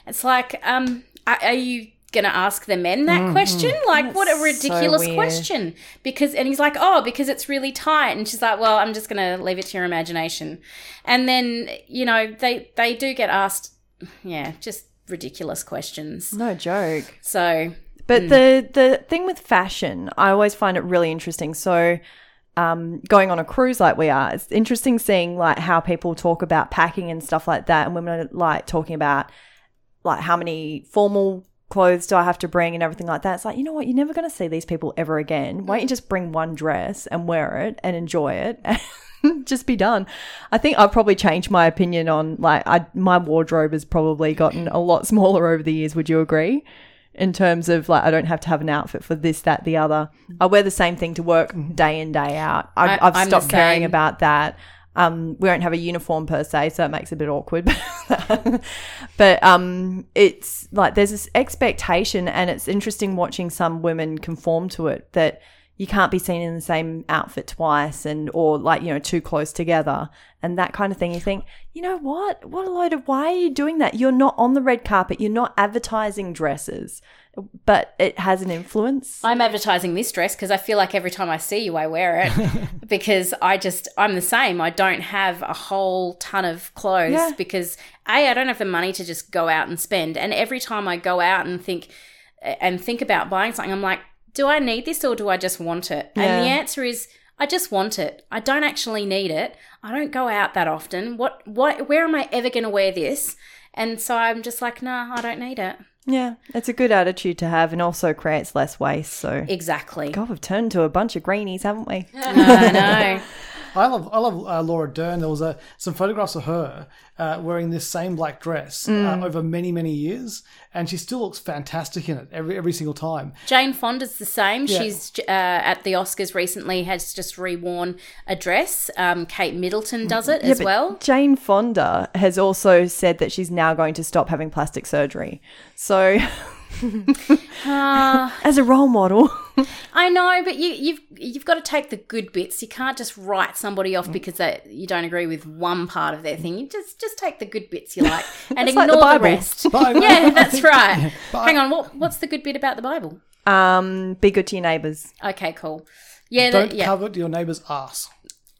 Speaker 4: It's like, um, are, are you going to ask the men that question? Like, what a ridiculous
Speaker 2: weird.
Speaker 4: question! Because, and he's like, oh, because it's really tight, and she's like, well, I'm just going to leave it to your imagination. And then you know they they do get asked, yeah, just ridiculous questions.
Speaker 2: No joke.
Speaker 4: So
Speaker 2: But the the thing with fashion, I always find it really interesting. So, um, going on a cruise like we are, it's interesting seeing like how people talk about packing and stuff like that, and women are like talking about like how many formal clothes do I have to bring and everything like that. It's like you know what, you're never going to see these people ever again. Why don't you just bring one dress and wear it and enjoy it? and Just be done. I think I've probably changed my opinion on like I my wardrobe has probably gotten a lot smaller over the years. Would you agree? in terms of like I don't have to have an outfit for this, that, the other. I wear the same thing to work day in day out. I,
Speaker 4: Mm-hmm. I-
Speaker 2: I,
Speaker 4: I'm
Speaker 2: have
Speaker 4: the
Speaker 2: stopped caring
Speaker 4: same.
Speaker 2: about that. Um, we don't have a uniform per se, so it makes it a bit awkward. but um, it's like there's this expectation, and it's interesting watching some women conform to it that you can't be seen in the same outfit twice and or like you know too close together and that kind of thing you think you know what what a load of why are you doing that you're not on the red carpet you're not advertising dresses but it has an influence
Speaker 4: I'm advertising this dress because I feel like every time I see you, I wear it because I just, I'm the same. I don't have a whole ton of clothes
Speaker 2: Yeah.
Speaker 4: because A, I don't have the money to just go out and spend. And every time I go out and think, and think about buying something, I'm like, do I need this or do I just want it? And the
Speaker 2: Yeah.
Speaker 4: answer is, I just want it. I don't actually need it. I don't go out that often. What, what, where am I ever going to wear this? And so I'm just like, nah, I don't need it.
Speaker 2: yeah it's a good attitude to have and also creates less waste so
Speaker 4: Exactly.
Speaker 2: god we've turned to a bunch of greenies haven't we
Speaker 4: I know.
Speaker 3: I love I love uh, Laura Dern. There was uh, some photographs of her uh, wearing this same black dress
Speaker 4: Mm.
Speaker 3: uh, over many many years, and she still looks fantastic in it every every single time.
Speaker 4: Jane Fonda's the same. She's uh, at the Oscars recently has just reworn a dress. Um, Kate Middleton does it as
Speaker 2: Yeah, but
Speaker 4: well.
Speaker 2: Jane Fonda has also said that she's now going to stop having plastic surgery. So,
Speaker 4: Ah.
Speaker 2: as a role model,
Speaker 4: I know, but you, you've you've got to take the good bits. You can't just write somebody
Speaker 2: Mm.
Speaker 4: off because they, you don't agree with one part of their thing. You just just take the good bits you like and
Speaker 2: like
Speaker 4: ignore
Speaker 2: the
Speaker 4: the,
Speaker 2: Bible.
Speaker 4: rest.
Speaker 3: But I-
Speaker 4: yeah, that's right.
Speaker 3: But
Speaker 4: Hang on, what what's the good bit about the Bible?
Speaker 2: um, be good to your neighbors.
Speaker 4: Okay, cool. Yeah,
Speaker 3: Don't
Speaker 4: that, yeah.
Speaker 3: cover your neighbour's ass.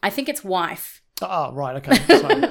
Speaker 4: I think it's wife.
Speaker 3: Ah, right, okay. Sorry.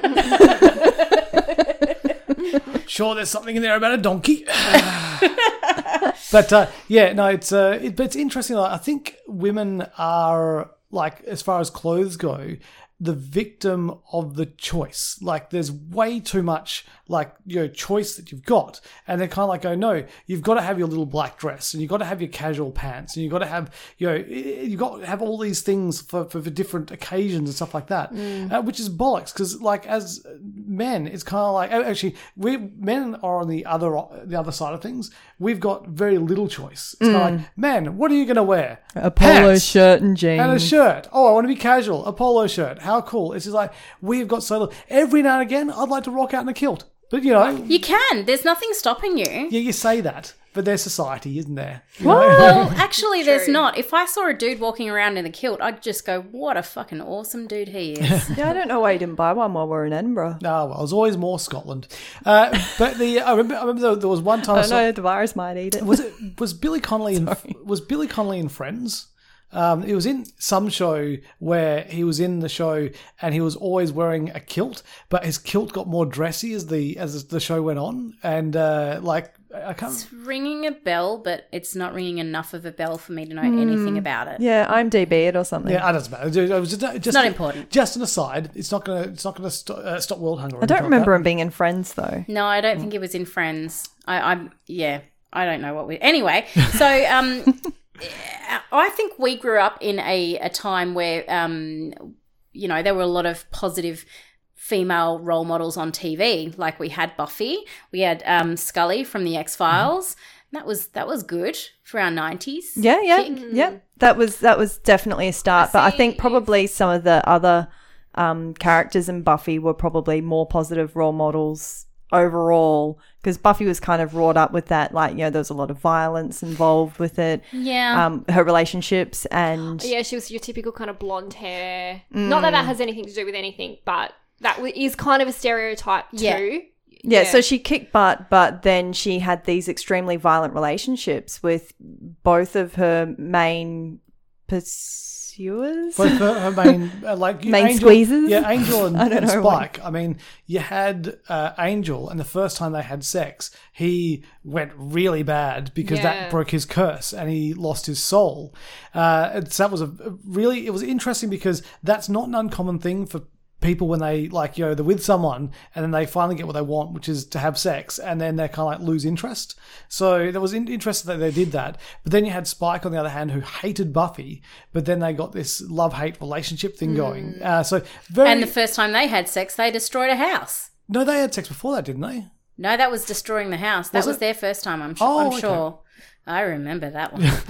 Speaker 3: sure, there's something in there about a donkey. but uh, yeah, no, it's uh, it, but it's interesting. Like, I think women are like, as far as clothes go, the victim of the choice. Like, there's way too much like you know choice that you've got, and they're kind of like, oh no, you've got to have your little black dress, and you've got to have your casual pants, and you've got to have you know you've got to have all these things for for, for different occasions and stuff like that,
Speaker 2: Mm.
Speaker 3: uh, which is bollocks. Because like as men, it's kind of like oh, actually we men are on the other the other side of things. We've got very little choice. It's kind of like, man, what are you going to wear?
Speaker 2: Mm. A polo
Speaker 3: Pants
Speaker 2: shirt and jeans.
Speaker 3: and a shirt. Oh, I want to be casual. A polo shirt. How cool! It's just like we've got so little. Every now and again, I'd like to rock out in a kilt, but you know,
Speaker 4: You can. There's nothing stopping you.
Speaker 3: yeah, you say that, but there's society, isn't there? You know?
Speaker 4: Well, actually, there's not. If I saw a dude walking around in the kilt, I'd just go, "What a fucking awesome dude he is!"
Speaker 2: Yeah, I don't know why you didn't buy one while we're in Edinburgh.
Speaker 3: Ah, well, there's always more Scotland. Uh, but the I remember, I remember there, there was one time I
Speaker 2: I don't
Speaker 3: saw,
Speaker 2: know, the virus might eat it.
Speaker 3: was it was Billy Connolly in, was Billy Connolly in Friends? Um, it was in some show where he was in the show and he was always wearing a kilt, but his kilt got more dressy as the as the show went on, and uh, like I can't.
Speaker 4: It's ringing a bell, but it's not ringing enough of a bell for me to know anything about it.
Speaker 2: Yeah, I'm DB it or something.
Speaker 3: Yeah, I doesn't matter. It was just, just
Speaker 4: not important.
Speaker 3: Just an aside. It's not gonna. It's not gonna st- uh, stop world hunger. or
Speaker 2: I don't
Speaker 3: anything like
Speaker 2: remember
Speaker 3: that.
Speaker 2: him being in Friends though.
Speaker 4: No, I don't think it was in Friends. I, I yeah, I don't know what we. Anyway, so um, I think we grew up in a a time where um, you know, there were a lot of positive female role models on TV. Like we had Buffy, we had um, Scully from the X Files. That was that was good for our nineties.
Speaker 2: Yeah, yeah, yeah. That was that was definitely a start, but I think probably some of the other um, characters in Buffy were probably more positive role models overall because Buffy was kind of wrought up with that, like you know, there was a lot of violence involved with it.
Speaker 4: Yeah.
Speaker 2: um, her relationships and
Speaker 1: Yeah, she was your typical kind of blonde hair.
Speaker 4: Mm.
Speaker 1: Not that that has anything to do with anything, but that w- is kind of a stereotype too.
Speaker 4: Yeah.
Speaker 2: Yeah, so she kicked butt, but then she had these extremely violent relationships with both of her main pursuers.
Speaker 3: But her, her main, uh, like
Speaker 2: Main
Speaker 3: Angel,
Speaker 2: squeezes?
Speaker 3: yeah, Angel and,
Speaker 2: I don't
Speaker 3: and
Speaker 2: know why.
Speaker 3: Spike. I mean, you had uh, Angel, and the first time they had sex, he went really bad because
Speaker 1: Yeah.
Speaker 3: that broke his curse and he lost his soul. Uh, and so that was a a really, it was interesting because that's not an uncommon thing for people when they like you know they're with someone and then they finally get what they want which is to have sex and then they kind of like lose interest so that was in- interesting that they did that but then you had spike on the other hand who hated buffy but then they got this love-hate relationship thing going uh, so very
Speaker 4: Hmm. and the first time they had sex, they destroyed a house.
Speaker 3: no they had sex before that didn't they
Speaker 4: No, that was destroying the house. That was,
Speaker 3: Was it?
Speaker 4: their first time. I'm, su-
Speaker 3: Oh,
Speaker 4: I'm
Speaker 3: okay.
Speaker 4: sure. I remember that one.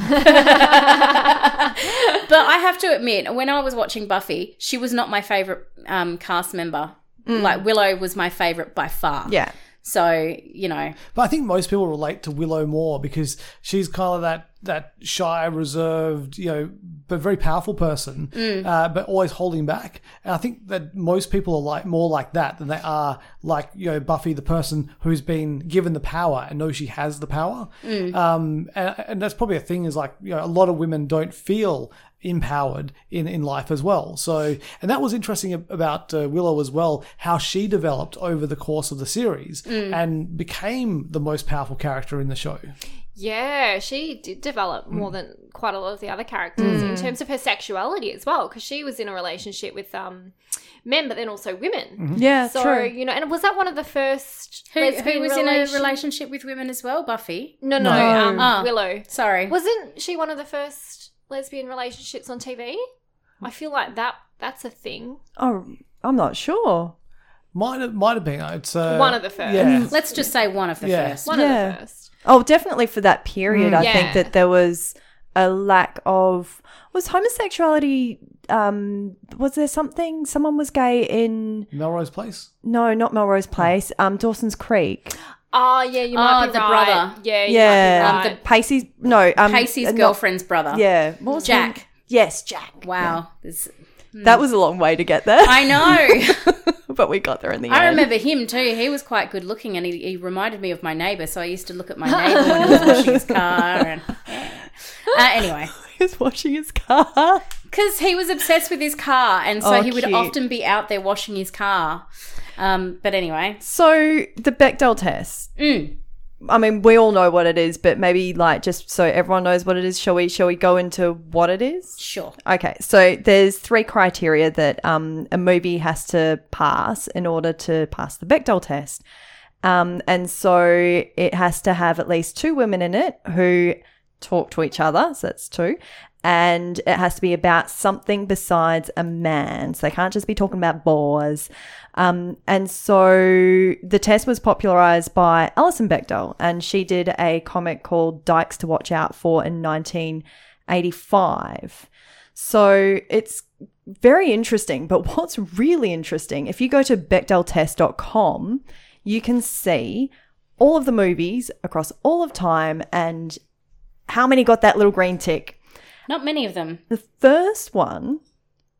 Speaker 4: but I have to admit, when I was watching Buffy, she was not my favorite um, cast member. Like Willow was my favorite by far.
Speaker 2: yeah.
Speaker 4: So you know,
Speaker 3: But I think most people relate to Willow more because she's kind of that that shy, reserved, you know, but very powerful person, uh, but always holding back. And I think that most people are like more like that than they are like you know Buffy, the person who's been given the power and knows she has the power. Um, and, and that's probably a thing is like you know a lot of women don't feel empowered in in life as well. So, and that was interesting ab- about uh, Willow as well, how she developed over the course of the series
Speaker 1: Mm.
Speaker 3: and became the most powerful character in the show.
Speaker 1: Yeah, she did
Speaker 4: Mm.
Speaker 1: develop more than quite a lot of the other characters in terms of her sexuality as well, because she was in a relationship with um, men, but then also women.
Speaker 2: Yeah,
Speaker 1: So
Speaker 2: true.
Speaker 1: you know, and was that one of the first
Speaker 4: Mm-hmm. who, who
Speaker 1: lesbian
Speaker 4: was in a
Speaker 1: relation-
Speaker 4: relationship with women as well? Buffy.
Speaker 1: No, no,
Speaker 3: No.
Speaker 1: Um,
Speaker 4: Ah.
Speaker 1: Willow.
Speaker 4: Sorry.
Speaker 1: Wasn't she one of the first lesbian relationships on TV? I feel like that that's a thing.
Speaker 2: Oh, I'm not sure.
Speaker 3: Might have, might have been it's uh,
Speaker 1: One of the first.
Speaker 3: Yeah,
Speaker 4: Let's just say one of the
Speaker 3: Yeah.
Speaker 4: first.
Speaker 1: One of
Speaker 2: Yeah.
Speaker 1: the first.
Speaker 2: Oh, definitely for that period, I
Speaker 1: Mm, Yeah.
Speaker 2: think that there was a lack of was homosexuality. Um, was there something? Someone was gay in
Speaker 3: Mm. Melrose Place.
Speaker 2: no, not Melrose
Speaker 1: Mm.
Speaker 2: Place. Um, Dawson's Creek.
Speaker 1: Oh yeah, you might
Speaker 4: Oh,
Speaker 1: be
Speaker 4: the
Speaker 1: right.
Speaker 4: brother.
Speaker 1: Yeah, you
Speaker 2: Ah, yeah,
Speaker 1: might be
Speaker 2: um,
Speaker 1: right.
Speaker 2: the Pacey's no, um,
Speaker 4: Casey's
Speaker 2: uh, not-
Speaker 4: girlfriend's brother.
Speaker 2: Yeah, what was her
Speaker 4: Jack.
Speaker 2: name? Yes, Jack.
Speaker 4: Wow. This-
Speaker 1: Mm.
Speaker 2: That was a long way to get there,
Speaker 4: I know.
Speaker 2: but we got there in the end.
Speaker 4: I remember him too. He was quite good looking, and he, he reminded me of my neighbour. So I used to look at my neighbour when he was washing his car. And uh, anyway,
Speaker 2: he was washing his car.
Speaker 4: because he was obsessed with his car, and so
Speaker 2: Oh,
Speaker 4: he would
Speaker 2: cute.
Speaker 4: often be out there washing his car. Um, but anyway,
Speaker 2: So the Bechdel test.
Speaker 4: Mm.
Speaker 2: I mean, we all know what it is, but maybe like just so everyone knows what it is, shall we? Shall we go into what it is?
Speaker 4: sure.
Speaker 2: Okay, so there's three criteria that um, a movie has to pass in order to pass the Bechdel test, um, and so it has to have at least two women in it who talk to each other. So that's two. And it has to be about something besides a man. So they can't just be talking about boys. Um, and so the test was popularized by Alison Bechdel, and she did a comic called Dykes to Watch Out For in 1985. So it's very interesting. But what's really interesting, if you go to BechdelTest.com, you can see all of the movies across all of time and how many got that little green tick?
Speaker 4: Not many of them.
Speaker 2: The first one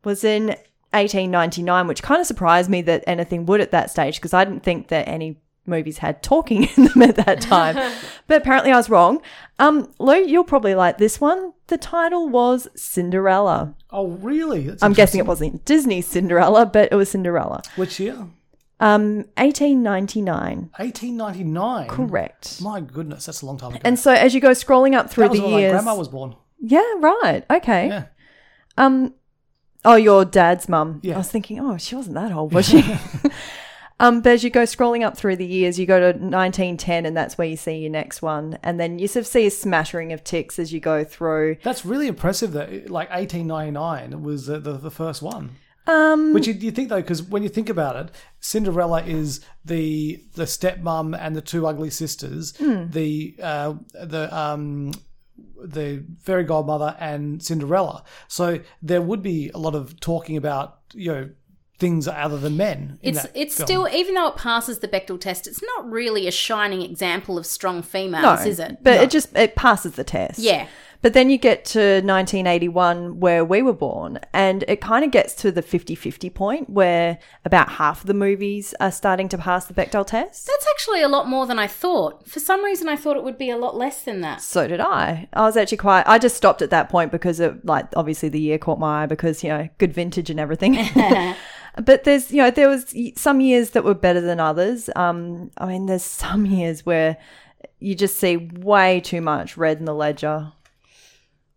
Speaker 2: was in 1899, which kind of surprised me that anything would at that stage because I didn't think that any movies had talking in them at that time. but apparently I was wrong. Um, Lou, you'll probably like this one. The title was Cinderella.
Speaker 3: Oh, really? That's
Speaker 2: I'm guessing it wasn't Disney Cinderella, but it was Cinderella.
Speaker 3: interesting. Which year?
Speaker 2: Um, 1899.
Speaker 3: 1899.
Speaker 2: Correct.
Speaker 3: My goodness, that's a long time ago.
Speaker 2: And so as you go scrolling up through
Speaker 3: Mm. that was
Speaker 2: the
Speaker 3: when
Speaker 2: years.
Speaker 3: my grandma was born.
Speaker 2: yeah, right. Okay.
Speaker 3: Yeah.
Speaker 2: Um, oh, your dad's mum.
Speaker 3: Yeah.
Speaker 2: I was thinking, oh, she wasn't that old, was she? um, but as you go scrolling up through the years, you go to 1910, and that's where you see your next one. And then you sort of see a smattering of ticks as you go through.
Speaker 3: That's really impressive that it- like 1899 was the, the, the first one.
Speaker 2: Um,
Speaker 3: Which you, you think though, because when you think about it, Cinderella is the the stepmom and the two ugly sisters,
Speaker 4: Hmm.
Speaker 3: the uh, the um, the fairy godmother and Cinderella. So there would be a lot of talking about you know things other than men. in
Speaker 4: It's
Speaker 3: that
Speaker 4: it's
Speaker 3: film.
Speaker 4: still even though it passes the Bechtel test, it's not really a shining example of strong
Speaker 2: no,
Speaker 4: females, is it?
Speaker 2: but it just it passes the test.
Speaker 4: Yeah.
Speaker 2: But then you get to 1981, where we were born, and it kind of gets to the 50 50 point where about half of the movies are starting to pass the Bechdel test.
Speaker 4: That's actually a lot more than I thought. For some reason, I thought it would be a lot less than that.
Speaker 2: So did I. I was actually quite. I just stopped at that point because it, like, obviously the year caught my eye because you know good vintage and everything. but there's you know there was y- some years that were better than others. Um, I mean, there's some years where you just see way too much red in the ledger.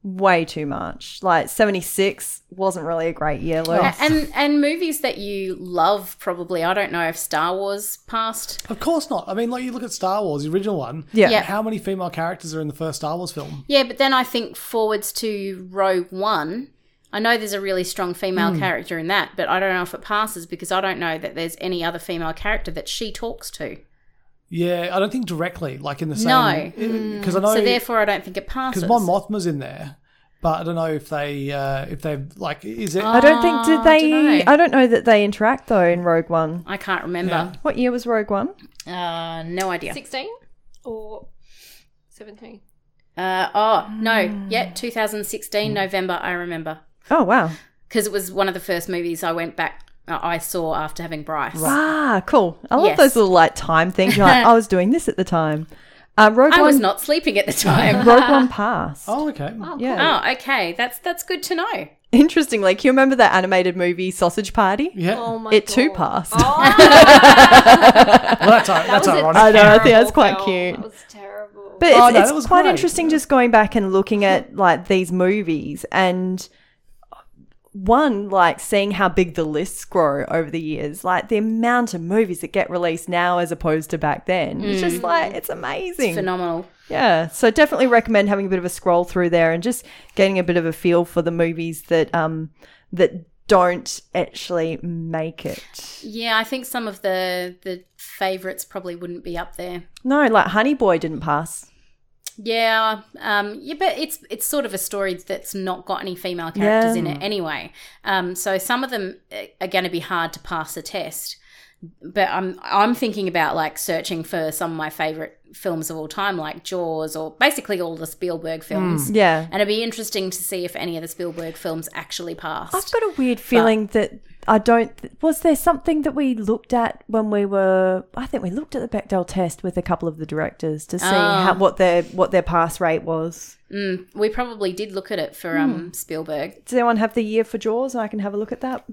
Speaker 2: Way too much. Like 76 wasn't really a great year, Lou.
Speaker 4: A- And and movies that you love probably. I don't know if Star Wars passed.
Speaker 3: Of course not. I mean, like you look at Star Wars, the original one.
Speaker 2: Yeah.
Speaker 4: Yeah.
Speaker 3: How many female characters are in the first Star Wars film?
Speaker 4: Yeah, but then I think forwards to Rogue One. I know there's a really strong female character in that, but I don't know if it passes because I don't know that there's any other female character that she talks to.
Speaker 3: Yeah, I don't think directly, like in the same.
Speaker 4: No. Hmm.
Speaker 3: because I know
Speaker 4: so therefore, I don't think it passes.
Speaker 3: because Mon Mothma's in there, but I don't know if they uh, if they like is it
Speaker 2: Oh, I don't think did
Speaker 4: I
Speaker 2: they.
Speaker 4: dunno.
Speaker 2: I don't know that they interact though in Rogue One.
Speaker 4: I can't remember.
Speaker 2: What year was Rogue One?
Speaker 4: Uh, no idea.
Speaker 1: 16 or 17?
Speaker 4: Uh, oh no, yeah, 2016 November. I remember
Speaker 2: Oh wow!
Speaker 4: because it was one of the first movies I went back. Uh, I saw after having Bryce.
Speaker 2: Ah, cool. I love
Speaker 4: Yes.
Speaker 2: those little like time things. You're like, I was doing this at the time. Uh, Rogue
Speaker 4: I
Speaker 2: One,
Speaker 4: was not sleeping at the time.
Speaker 2: Rogue One passed.
Speaker 3: Oh, okay.
Speaker 2: yeah.
Speaker 4: oh, okay. That's that's good to know.
Speaker 2: Interestingly, can you remember that animated movie Sausage Party?
Speaker 3: Yeah.
Speaker 1: Oh my
Speaker 2: It too
Speaker 1: God.
Speaker 2: passed.
Speaker 3: well, that's, that's
Speaker 1: That was a
Speaker 3: ironic.
Speaker 2: I know, I think that's
Speaker 1: terrible
Speaker 2: quite
Speaker 1: film.
Speaker 2: cute.
Speaker 1: That was terrible.
Speaker 2: But it's,
Speaker 3: Oh, no,
Speaker 2: it's
Speaker 3: that was
Speaker 2: quite
Speaker 3: great.
Speaker 2: interesting just going back and looking at like these movies and uh, one like seeing how big the lists grow over the years, like the amount of movies that get released now as opposed to back then. It's
Speaker 3: Mm.
Speaker 2: just like it's amazing.
Speaker 4: Phenomenal.
Speaker 2: Yeah, so definitely recommend having a bit of a scroll through there and just getting a bit of a feel for the movies that um that don't actually make it.
Speaker 4: Yeah, I think some of the the favorites probably wouldn't be up there.
Speaker 2: No, like Honey Boy didn't pass.
Speaker 4: Yeah, um, yeah, but it's it's sort of a story that's not got any female characters
Speaker 2: Yeah.
Speaker 4: in it anyway. Um, so some of them uh, are going to be hard to pass the test. But I'm I'm thinking about like searching for some of my favorite films of all time, like Jaws or basically all the Spielberg films.
Speaker 2: Mm, Yeah.
Speaker 4: And it'd be interesting to see if any of the Spielberg films actually passed.
Speaker 2: I've got a weird feeling that I don't was there something that we looked at when we were I think we looked at the Bechdel test with a couple of the directors to see how, what their what their pass rate was.
Speaker 4: we probably did look at it for
Speaker 2: Hmm.
Speaker 4: um, Spielberg,
Speaker 2: Does anyone have the year for Jaws and I can have a look at that?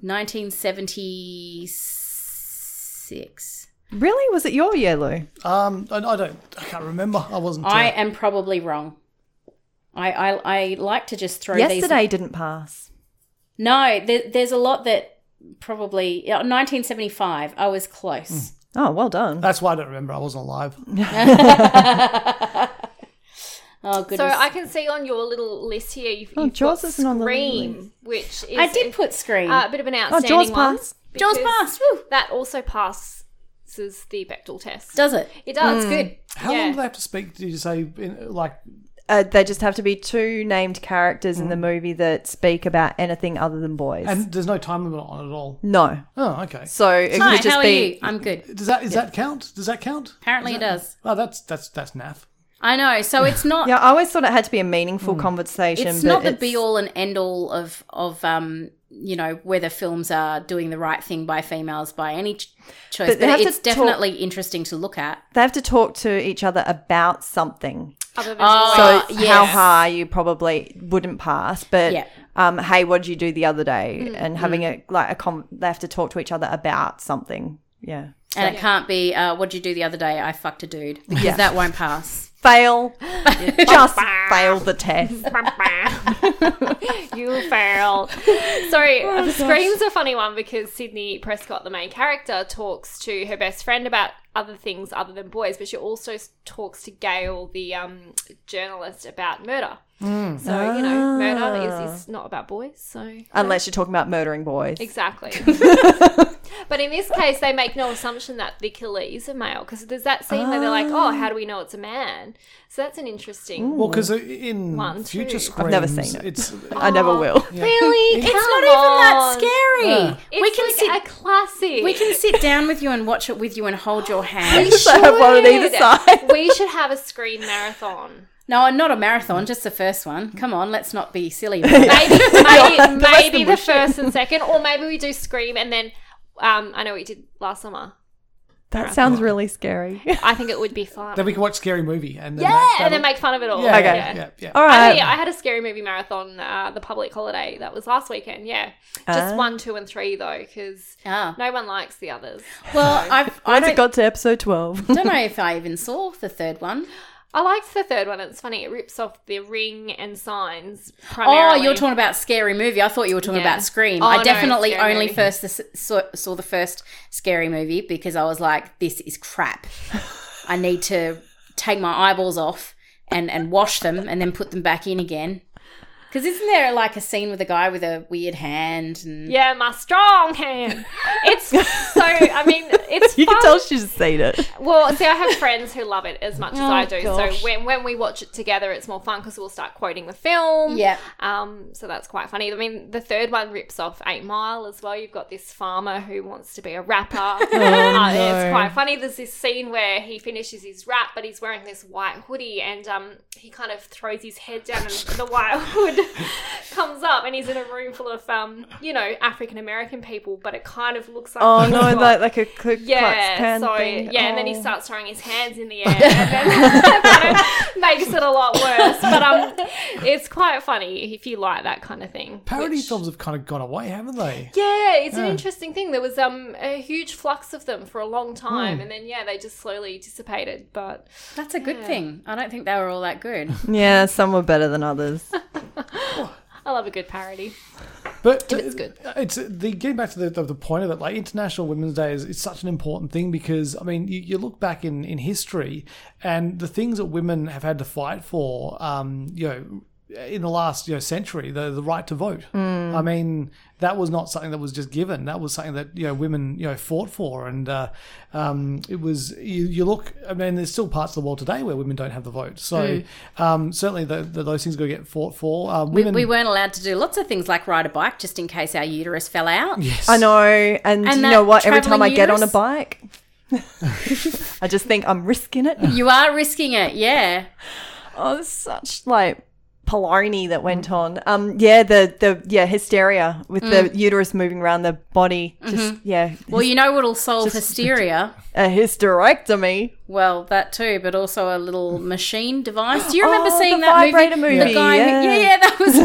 Speaker 4: 1976.
Speaker 2: Really? Was it your year, Lou?
Speaker 3: Um, I, I don't. I can't remember. I wasn't. Uh,
Speaker 4: I am probably wrong. I, I, I like to just throw
Speaker 2: Yesterday
Speaker 4: these.
Speaker 2: didn't pass.
Speaker 4: No, there, there's a lot that probably yeah, 1975. I was close.
Speaker 2: Oh, well done.
Speaker 3: that's why I don't remember. I wasn't alive.
Speaker 2: Hmm.
Speaker 4: Oh goodness.
Speaker 1: so I
Speaker 4: I,
Speaker 1: can see on your little list here, you've,
Speaker 2: Oh,
Speaker 1: you've
Speaker 2: Jaws
Speaker 1: got
Speaker 2: isn't on the
Speaker 1: Scream,
Speaker 2: list.
Speaker 1: which is
Speaker 4: did put Scream.
Speaker 1: uh, a bit of an
Speaker 2: Oh,
Speaker 1: outstanding
Speaker 2: Jaws
Speaker 1: one
Speaker 2: passed.
Speaker 4: Jaws
Speaker 1: because
Speaker 4: passed. Woo.
Speaker 1: That also passes the Bechtel test.
Speaker 4: Does Hmm. it?
Speaker 1: It does. Good.
Speaker 3: How
Speaker 1: yeah.
Speaker 3: long do they have to speak? Did you say in, like?
Speaker 2: uh, they just have to be two named characters in the movie that speak about anything other than boys.
Speaker 3: And there's no time limit on it at all.
Speaker 2: no,
Speaker 3: Oh, okay.
Speaker 2: so it
Speaker 4: Hi,
Speaker 2: could just
Speaker 4: how are you?
Speaker 2: be
Speaker 4: I'm good.
Speaker 3: Does that is that count? Does that count?
Speaker 4: Apparently it does.
Speaker 3: Oh, that's that's that's naff.
Speaker 4: I know. So it's not.
Speaker 2: Yeah, I always thought it had to be a meaningful conversation.
Speaker 4: It's
Speaker 2: but
Speaker 4: not the
Speaker 2: it's-
Speaker 4: be all and end all of of um you know whether films are doing the right thing by females by any ch- choice, but,
Speaker 2: But they have to
Speaker 4: it's definitely interesting to look at.
Speaker 2: They have to talk to each other about something.
Speaker 1: Other than
Speaker 4: Oh,
Speaker 2: So
Speaker 4: Uh,
Speaker 2: how
Speaker 4: yes.
Speaker 2: high you probably wouldn't pass, but
Speaker 4: Yeah. Mm,
Speaker 2: um, hey, what did you do the other day? And having a like a com- they have to talk to each other about something. Yeah,
Speaker 4: And it can't be uh, what did you do the other day? I fucked a dude because that won't pass.
Speaker 2: fail, just fail the test.
Speaker 1: you fail. Sorry,
Speaker 4: Oh,
Speaker 1: the scream's a funny one because Sydney Prescott, the main character, talks to her best friend about other things other than boys, but she also s- talks to Gail, the um, journalist, about murder.
Speaker 3: Hmm.
Speaker 1: So you know,
Speaker 4: Ah.
Speaker 1: murder is, is not about boys. So
Speaker 2: Unless you're talking about murdering boys.
Speaker 1: Exactly. but in this case, they make no assumption that the killer is a male because there's that scene where they're like,
Speaker 2: Ah.
Speaker 1: "Oh, how do we know it's a man?" So that's an interesting.
Speaker 3: Well, because in
Speaker 1: One,
Speaker 3: future
Speaker 1: two.
Speaker 3: screams,
Speaker 2: never seen it.
Speaker 3: It's
Speaker 2: I never will.
Speaker 1: Really,
Speaker 4: It's
Speaker 1: Come
Speaker 4: not even that
Speaker 1: on.
Speaker 2: Hmm.
Speaker 4: scary.
Speaker 1: It's
Speaker 4: we can
Speaker 1: like
Speaker 4: sit.
Speaker 1: a classic.
Speaker 4: we can sit down with you and watch it with you and hold your hand.
Speaker 2: So I have one on either
Speaker 1: Dude,
Speaker 2: side.
Speaker 1: we should have a screen marathon.
Speaker 4: No, not a marathon, just the first one. Come on, let's not be silly. about it.
Speaker 1: Maybe, maybe, maybe
Speaker 2: of
Speaker 1: the
Speaker 2: us should.
Speaker 1: first and second, or maybe we do scream and then. Um, I know what you did last summer.
Speaker 2: That sounds really scary.
Speaker 1: I think it would be fun.
Speaker 3: Then we can watch scary movie and then
Speaker 1: yeah,
Speaker 3: that-
Speaker 1: and then
Speaker 3: that'll-
Speaker 1: make fun of it all.
Speaker 3: yeah,
Speaker 2: Okay.
Speaker 3: yeah, yeah, yeah.
Speaker 2: All
Speaker 1: I,
Speaker 2: right.
Speaker 1: yeah, I had a scary movie marathon, uh, the public holiday. That was last weekend. Yeah, just
Speaker 2: Ah.
Speaker 1: one, two, and three though, because
Speaker 4: Ah.
Speaker 1: no one likes the others.
Speaker 4: Well, I've, I
Speaker 2: Once
Speaker 4: don't,
Speaker 2: it got to episode twelve.
Speaker 4: don't know if I even saw the third one.
Speaker 1: I liked the third one. It's funny. It rips off the ring and signs.
Speaker 4: Oh,
Speaker 1: Primarily.
Speaker 4: you're talking about scary movie. I thought you were talking
Speaker 1: Yeah.
Speaker 4: about Scream.
Speaker 1: Oh,
Speaker 4: I
Speaker 1: no,
Speaker 4: definitely
Speaker 1: Scary
Speaker 4: only
Speaker 1: Movie.
Speaker 4: first the, saw, saw the first scary movie because I was like, this is crap. I need to take my eyeballs off and, and wash them and then put them back in again. Because isn't there like a scene with a guy with a weird hand? And
Speaker 1: Yeah, my strong hand. It's so. I mean, it's
Speaker 2: You
Speaker 1: fun.
Speaker 2: can tell she's seen it.
Speaker 1: Well, see, I have friends who love it as much as I do.
Speaker 2: Oh, gosh.
Speaker 1: So when when we watch it together, it's more fun because we'll start quoting the film.
Speaker 4: Yeah.
Speaker 1: Um. So that's quite funny. I mean, the third one rips off Eight Mile as well. You've got this farmer who wants to be a rapper. Uh,
Speaker 2: Oh, no.
Speaker 1: It's quite funny. There's this scene where he finishes his rap, but he's wearing this white hoodie, and um, he kind of throws his head down, and the white hood comes up, and he's in a room full of um, you know, African American people, but it kind of looks like
Speaker 2: Oh
Speaker 1: he's
Speaker 2: no,
Speaker 1: got-
Speaker 2: like like a Ku Klux
Speaker 1: yeah,
Speaker 2: Klan
Speaker 1: so
Speaker 2: thing.
Speaker 1: yeah, and then he
Speaker 2: Oh.
Speaker 1: starts throwing his hands in the air, and then that makes it a lot worse. But um, it's quite funny if you like that kind of thing.
Speaker 3: Parody
Speaker 1: which-
Speaker 3: films have kind of gone away, haven't they?
Speaker 1: Yeah, it's an interesting thing. There was um a huge flux of them for a long
Speaker 4: Hmm.
Speaker 1: time, and then yeah, they just slowly dissipated. But
Speaker 4: that's a good thing. I don't think they were all that good.
Speaker 2: Yeah, some were better than others.
Speaker 1: I love a good parody.
Speaker 3: But uh,
Speaker 1: it's good.
Speaker 3: It's the getting back to the, the, the point of it. Like International Women's Day is it's such an important thing because I mean you, you look back in in history and the things that women have had to fight for. Um, you know. In the last you know, century, the the right to vote. I mean, that was not something that was just given. That was something that you know women you know fought for, and uh, um, it was you, you look. I mean, there's still parts of the world today where women don't have the vote. So um, certainly, the, the, those things go get fought for. Uh,
Speaker 4: We,
Speaker 3: women,
Speaker 4: we weren't allowed to do lots of things like ride a bike just in case our uterus fell out.
Speaker 2: I know, and, you
Speaker 4: that
Speaker 2: know what? Every time
Speaker 4: travelling
Speaker 2: I get on a
Speaker 4: uterus?
Speaker 2: bike, I just think I'm risking it.
Speaker 4: You are risking it, yeah.
Speaker 2: Oh, there's such like polony that went on. Um, yeah, the the yeah hysteria with the uterus moving around the body. Just yeah,
Speaker 4: Well, you know what'll solve hysteria?
Speaker 2: a hysterectomy.
Speaker 4: Well, that too, but also a little machine device. Do you remember
Speaker 2: Oh,
Speaker 4: seeing
Speaker 2: the
Speaker 4: that
Speaker 2: vibrator
Speaker 4: The
Speaker 2: movie,
Speaker 4: guy,
Speaker 2: yeah.
Speaker 4: Who, yeah, yeah, that was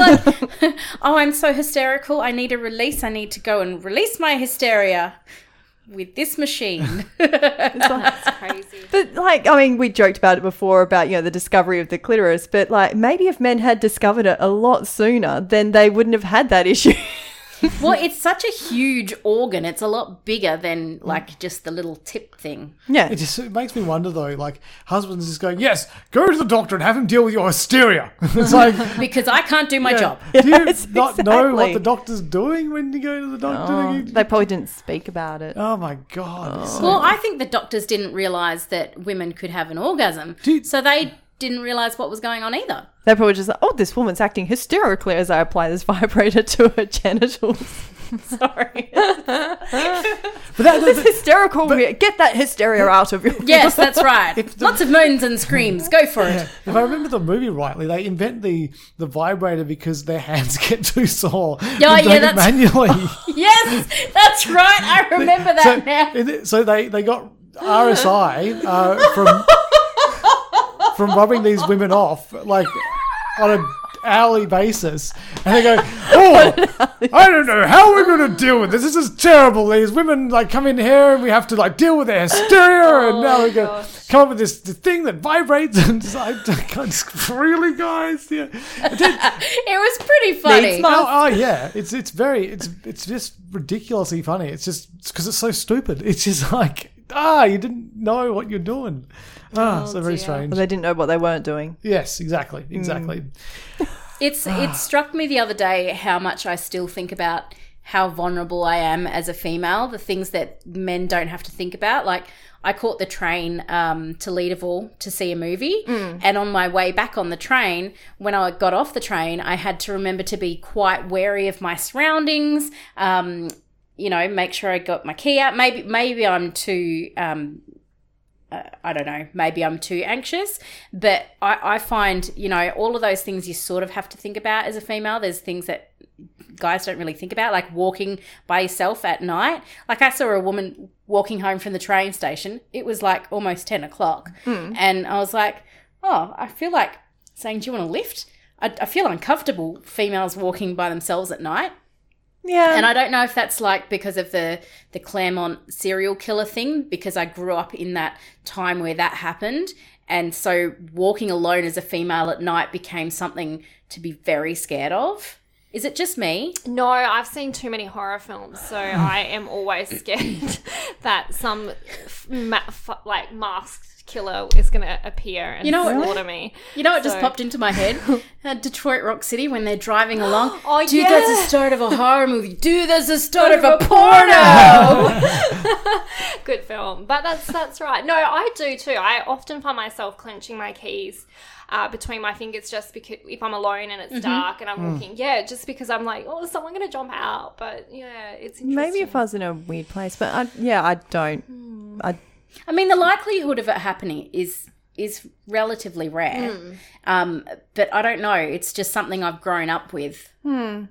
Speaker 4: like, oh, I'm so hysterical. I need a release. I need to go and release my hysteria with this machine.
Speaker 1: It's crazy.
Speaker 2: But like, I mean, we joked about it before about you know the discovery of the clitoris. But like, maybe if men had discovered it a lot sooner, then they wouldn't have had that issue.
Speaker 4: well, it's such a huge organ. It's a lot bigger
Speaker 2: Mm.
Speaker 4: than like just the little tip thing.
Speaker 2: yeah,
Speaker 3: It just it makes me wonder though, like husbands just going, yes, go to the doctor and have him deal with your hysteria. it's like,
Speaker 4: Because I can't do my job.
Speaker 3: do you
Speaker 2: Yes,
Speaker 3: not know what
Speaker 2: exactly.
Speaker 3: the doctor's doing when you go to the doctor?
Speaker 2: Oh,
Speaker 3: You-
Speaker 2: they probably didn't speak about it.
Speaker 3: oh my god!
Speaker 4: Well, I think the doctors didn't realize that women could have an orgasm,
Speaker 3: Dude.
Speaker 4: so they didn't realize what was going on either.
Speaker 2: They're probably just like, oh, this woman's acting hysterically as I apply this vibrator to her genitals. Sorry.
Speaker 3: But that,
Speaker 2: this hysterical. re- Get that hysteria out of your.
Speaker 4: Yes, that's right. Lots of moans and screams. Go for it.
Speaker 3: if I remember the movie rightly, they invent the, the vibrator because their hands get too sore.
Speaker 4: Yeah,
Speaker 3: They do
Speaker 4: yeah,
Speaker 3: it
Speaker 4: that's-
Speaker 3: manually.
Speaker 4: Yes, that's right. I remember that
Speaker 3: so,
Speaker 4: now.
Speaker 3: it- so they they got RSI uh, from from rubbing these women off like on an hourly basis, and they go, "Oh, I don't know how we're going to deal with this. This is terrible. These women like come in here, and we have to like deal with their hysteria,
Speaker 4: Oh
Speaker 3: and now we go come up with this, this thing that vibrates." And just, I, I, really, guys, yeah.
Speaker 4: It was pretty funny.
Speaker 3: Oh, oh yeah, it's it's very it's it's just ridiculously funny. It's just because it's, so stupid. It's just like ah, you didn't know what you're doing.
Speaker 2: Oh,
Speaker 3: Ah, so very
Speaker 1: dear.
Speaker 3: strange.
Speaker 2: But they didn't know what they weren't doing.
Speaker 3: Yes, exactly,
Speaker 2: Hmm.
Speaker 3: exactly.
Speaker 4: It's it struck me the other day how much I still think about how vulnerable I am as a female, the things that men don't have to think about. Like I caught the train um, to Leaderville to see a movie, and on my way back on the train, when I got off the train, I had to remember to be quite wary of my surroundings. Um, you know, make sure I got my key out. Maybe maybe I'm too um, I don't know, maybe I'm too anxious, but I, I find, you know, all of those things you sort of have to think about as a female. There's things that guys don't really think about, like walking by yourself at night. Like I saw a woman walking home from the train station. It was like almost 10 o'clock. And I was like, oh, I feel like saying, do you want a lift? I, I feel uncomfortable females walking by themselves at night.
Speaker 2: Yeah.
Speaker 4: And I don't know if that's like because of the the Claremont serial killer thing, because I grew up in that time where that happened, and so walking alone as a female at night became something to be very scared of. Is it just me?
Speaker 1: No, I've seen too many horror films, so I am always scared that some f- ma- f- like masked killer is going to appear and
Speaker 4: You know what-
Speaker 1: slaughter me.
Speaker 4: You know, it just
Speaker 1: So-
Speaker 4: popped into my head. Uh, Detroit Rock City, when they're driving along.
Speaker 1: Oh,
Speaker 4: Dude,
Speaker 1: yeah.
Speaker 4: that's the start of a horror movie. Dude, that's the start of a porno.
Speaker 1: Good film, but that's that's right. No, I do too. I often find myself clenching my keys uh, between my fingers just because if I'm alone and it's
Speaker 4: Mm-hmm.
Speaker 1: dark and I'm
Speaker 4: Mm.
Speaker 1: walking, yeah, just because I'm like, oh, is someone going to jump out? But yeah, it's interesting.
Speaker 2: Maybe if I was in a weird place, but I, yeah, I don't. I
Speaker 4: I mean, the likelihood of it happening is is relatively rare, um, but I don't know. It's just something I've grown up with. So
Speaker 2: Hmm.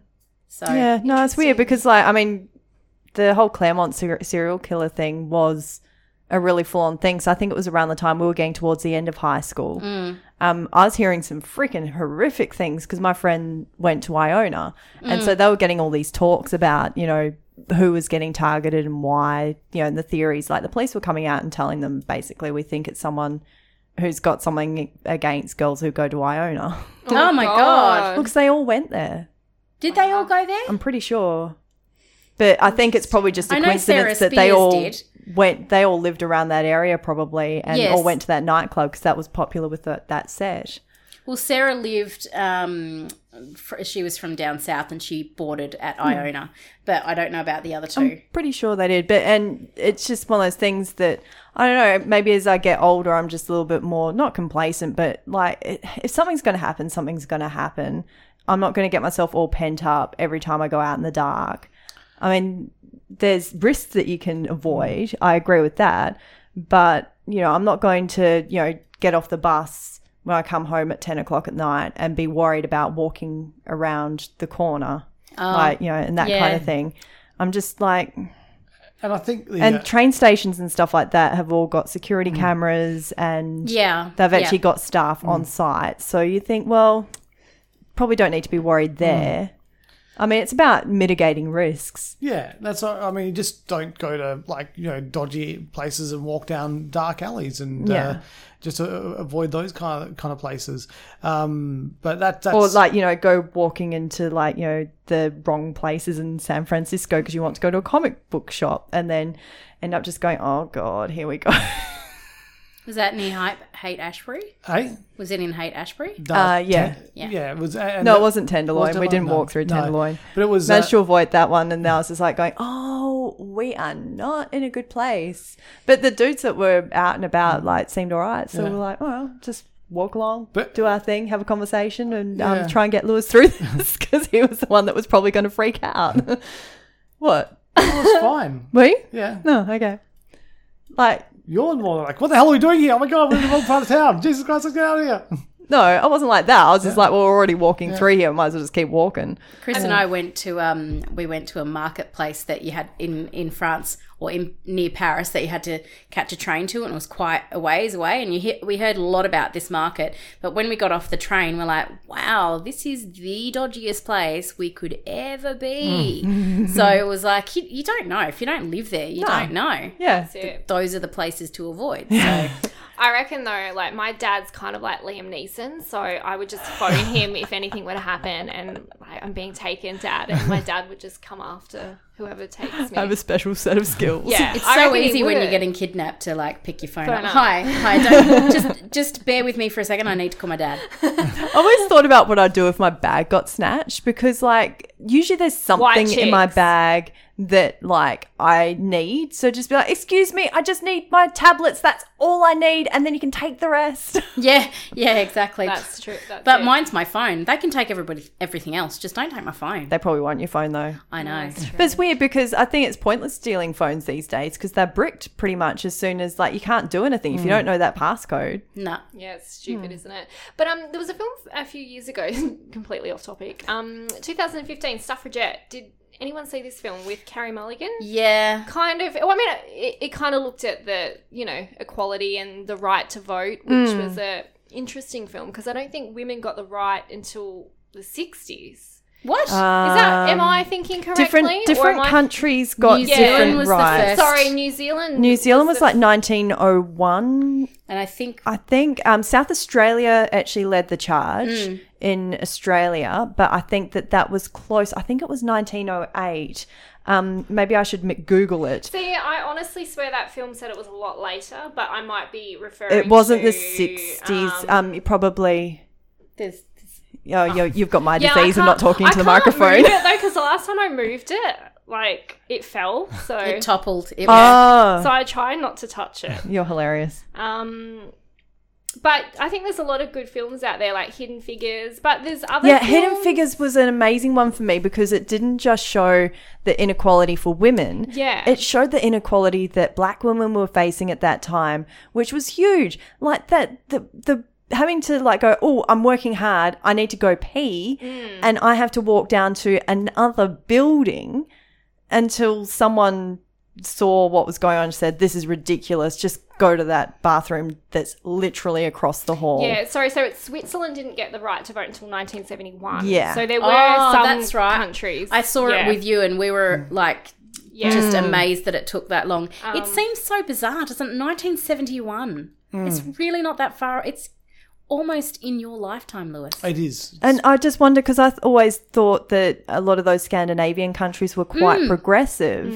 Speaker 2: yeah, no, it's weird because like I mean, the whole Claremont ser- serial killer thing was a really full on thing. So I think it was around the time we were getting towards the end of high school. Um, I was hearing some freaking horrific things because my friend went to Iona, and so they were getting all these talks about you know who was getting targeted and why you know and the theories like the police were coming out and telling them basically we think it's someone who's got something against girls who go to Iona
Speaker 4: oh my god.
Speaker 2: because they all went there.
Speaker 4: did they all go there?
Speaker 2: I'm pretty sure. But I think it's probably just a
Speaker 4: I know Sarah
Speaker 2: coincidence that they
Speaker 4: Spears
Speaker 2: all
Speaker 4: did.
Speaker 2: went. They all lived around that area probably, and
Speaker 4: Yes.
Speaker 2: all went to that nightclub because that was popular with the, that set.
Speaker 4: Well, Sarah lived. Um, fr- she was from down south, and she boarded
Speaker 2: Hmm.
Speaker 4: at Iona, but I don't know about the other two.
Speaker 2: Pretty sure they did. But and it's just one of those things that I don't know. Maybe as I get older, I'm just a little bit more not complacent, but like it, if something's going to happen, something's going to happen. I'm not going to get myself all pent up every time I go out in the dark. I mean, there's risks that you can avoid. I agree with that. But, you know, I'm not going to, you know, get off the bus when I come home at 10 o'clock at night and be worried about walking around the corner, like, you know, and that kind
Speaker 4: Oh, yeah.
Speaker 2: of thing. I'm just like,
Speaker 3: And I think the,
Speaker 2: and
Speaker 3: uh,
Speaker 2: train stations and stuff like that have all got security cameras and
Speaker 4: Yeah,
Speaker 2: they've
Speaker 4: yeah.
Speaker 2: actually got staff on site. So you think, well, probably don't need to be worried there. I mean, it's about mitigating risks.
Speaker 3: yeah, that's all- I mean, you just don't go to like you know dodgy places and walk down dark alleys and uh,
Speaker 2: Yeah.
Speaker 3: just uh, avoid those kind of kind of places. Um, but that that's
Speaker 2: or like you know go walking into like you know the wrong places in San Francisco because you want to go to a comic book shop and then end up just going oh god here we go
Speaker 4: Was that near Hype, Hate Ashbury?
Speaker 3: hey,
Speaker 4: Was it in Hate Ashbury?
Speaker 2: uh, yeah
Speaker 3: yeah, it was. and
Speaker 2: no
Speaker 3: that-
Speaker 2: it wasn't Tenderloin we didn't
Speaker 3: no,
Speaker 2: walk through
Speaker 3: no.
Speaker 2: Tenderloin
Speaker 3: but it was
Speaker 2: managed
Speaker 3: uh,
Speaker 2: to avoid that one and I was just like going oh we are not in a good place but the dudes that were out and about like seemed alright so
Speaker 3: Mm. Yeah.
Speaker 2: we're like well just walk along,
Speaker 3: But-
Speaker 2: do our thing, have a conversation, and
Speaker 3: Yeah.
Speaker 2: um, try and get Lewis through this because he was the one that was probably going to freak out. what?
Speaker 3: Well, it's fine.
Speaker 2: Were you?
Speaker 3: Yeah.
Speaker 2: No, okay. Like,
Speaker 3: You're more like, what the hell are we doing here? Oh my god, we're in the wrong part of town. Jesus Christ, let's get out of here.
Speaker 2: no, I wasn't like that. I was just like, well, we're already walking through here. Might as well just keep walking.
Speaker 4: Chris
Speaker 1: Mm.
Speaker 4: and I went to um, we went to a marketplace that you had in in France or in near Paris that you had to catch a train to, and it was quite a ways away. And you hit, we heard a lot about this market, but when we got off the train, we're like, "Wow, this is the dodgiest place we could ever be."
Speaker 1: Mm.
Speaker 4: so it was like you, you don't know if you don't live there, you don't know.
Speaker 2: Yeah.
Speaker 1: That's it.
Speaker 4: Those are the places to avoid. So
Speaker 1: I reckon though, like my dad's kind of like Liam Neeson, so I would just phone him if anything were to happen, and like, I'm being taken, Dad, and my dad would just come after whoever takes me.
Speaker 2: I have a special set of skills.
Speaker 1: yeah,
Speaker 4: It's
Speaker 1: I
Speaker 4: so
Speaker 1: reckon he
Speaker 4: easy when
Speaker 1: would.
Speaker 4: you're getting kidnapped to like pick your phone
Speaker 1: Phone
Speaker 4: up.
Speaker 1: up.
Speaker 4: Hi, hi. Don't, just just bear with me for a second. I need to call my dad.
Speaker 2: I always thought about what I'd do if my bag got snatched because, like, usually there's something in my
Speaker 1: chicks.
Speaker 2: bag that, like, I need. So just be like, excuse me, I just need my tablets. That's all I need. And then you can take the rest.
Speaker 4: Yeah, yeah, exactly.
Speaker 1: That's true. That's
Speaker 4: But
Speaker 1: it.
Speaker 4: mine's my phone. They can take everybody everything else. Just don't take my phone.
Speaker 2: they probably want your phone, though.
Speaker 4: I know.
Speaker 2: But it's weird because I think it's pointless stealing phones these days because they're bricked pretty much as soon as, like, you can't do anything if you don't know that passcode.
Speaker 4: No.
Speaker 1: Yeah, it's stupid,
Speaker 2: Hmm.
Speaker 1: isn't it? But um, there was a film a few years ago, completely off topic. Um, 2015, Suffragette. Did anyone see this film with Carrie Mulligan?
Speaker 4: Yeah.
Speaker 1: Kind of. Well, I mean, it, it kind of looked at the you know equality and the right to vote, which
Speaker 2: Hmm.
Speaker 1: was a interesting film because I don't think women got the right until the 60s.
Speaker 4: What?
Speaker 1: Is that am I thinking correctly?
Speaker 2: Um, Different, different
Speaker 1: am I-
Speaker 2: countries got
Speaker 4: New
Speaker 1: Zealand
Speaker 2: different
Speaker 4: was the
Speaker 2: rights.
Speaker 4: first.
Speaker 1: Sorry, New Zealand.
Speaker 2: New Zealand was
Speaker 1: the-
Speaker 2: like 1901
Speaker 4: and I think
Speaker 2: I think um, South Australia actually led the charge
Speaker 1: Mm.
Speaker 2: in Australia, but I think that that was close. I think it was 1908. Um, maybe I should m- Google it.
Speaker 1: See, I honestly swear that film said it was a lot later, but I might be referring.
Speaker 2: It wasn't the
Speaker 1: to, um,
Speaker 2: 60s. Um, you probably.
Speaker 4: there's
Speaker 2: Oh, you you've got my
Speaker 1: Yeah, I
Speaker 2: disease. I'm not
Speaker 1: can't-
Speaker 2: talking
Speaker 1: I
Speaker 2: to the
Speaker 1: can't
Speaker 2: microphone.
Speaker 1: Move it though, because the last time I moved it, like it fell. So,
Speaker 4: it toppled. It was
Speaker 2: Oh,
Speaker 1: so I try not to touch it.
Speaker 2: you're hilarious.
Speaker 1: Um, but I think there's a lot of good films out there, like Hidden Figures. But there's other
Speaker 2: Yeah,
Speaker 1: films-
Speaker 2: Hidden Figures was an amazing one for me because it didn't just show the inequality for women.
Speaker 1: Yeah.
Speaker 2: It showed the inequality that black women were facing at that time, which was huge. Like that the the having to like go, "Oh, I'm working hard. I need to go pee."
Speaker 1: Mm.
Speaker 2: And I have to walk down to another building until someone saw what was going on and said, "This is ridiculous. Just go to that bathroom that's literally across the hall."
Speaker 1: Yeah, sorry. So it's Switzerland didn't get the right to vote until 1971.
Speaker 2: Yeah.
Speaker 1: So there were
Speaker 4: Oh,
Speaker 1: some
Speaker 4: that's right.
Speaker 1: countries.
Speaker 4: I saw
Speaker 1: Yeah.
Speaker 4: it with you and we were like
Speaker 1: Yeah.
Speaker 2: Mm.
Speaker 1: Um,
Speaker 4: just amazed that it took that long. it seems so bizarre, doesn't it? 1971. It's really not that far. It's almost in your lifetime, Lewis.
Speaker 3: It is.
Speaker 2: And I just wonder because I th- always thought that a lot of those Scandinavian countries were quite
Speaker 1: Hmm.
Speaker 2: progressive,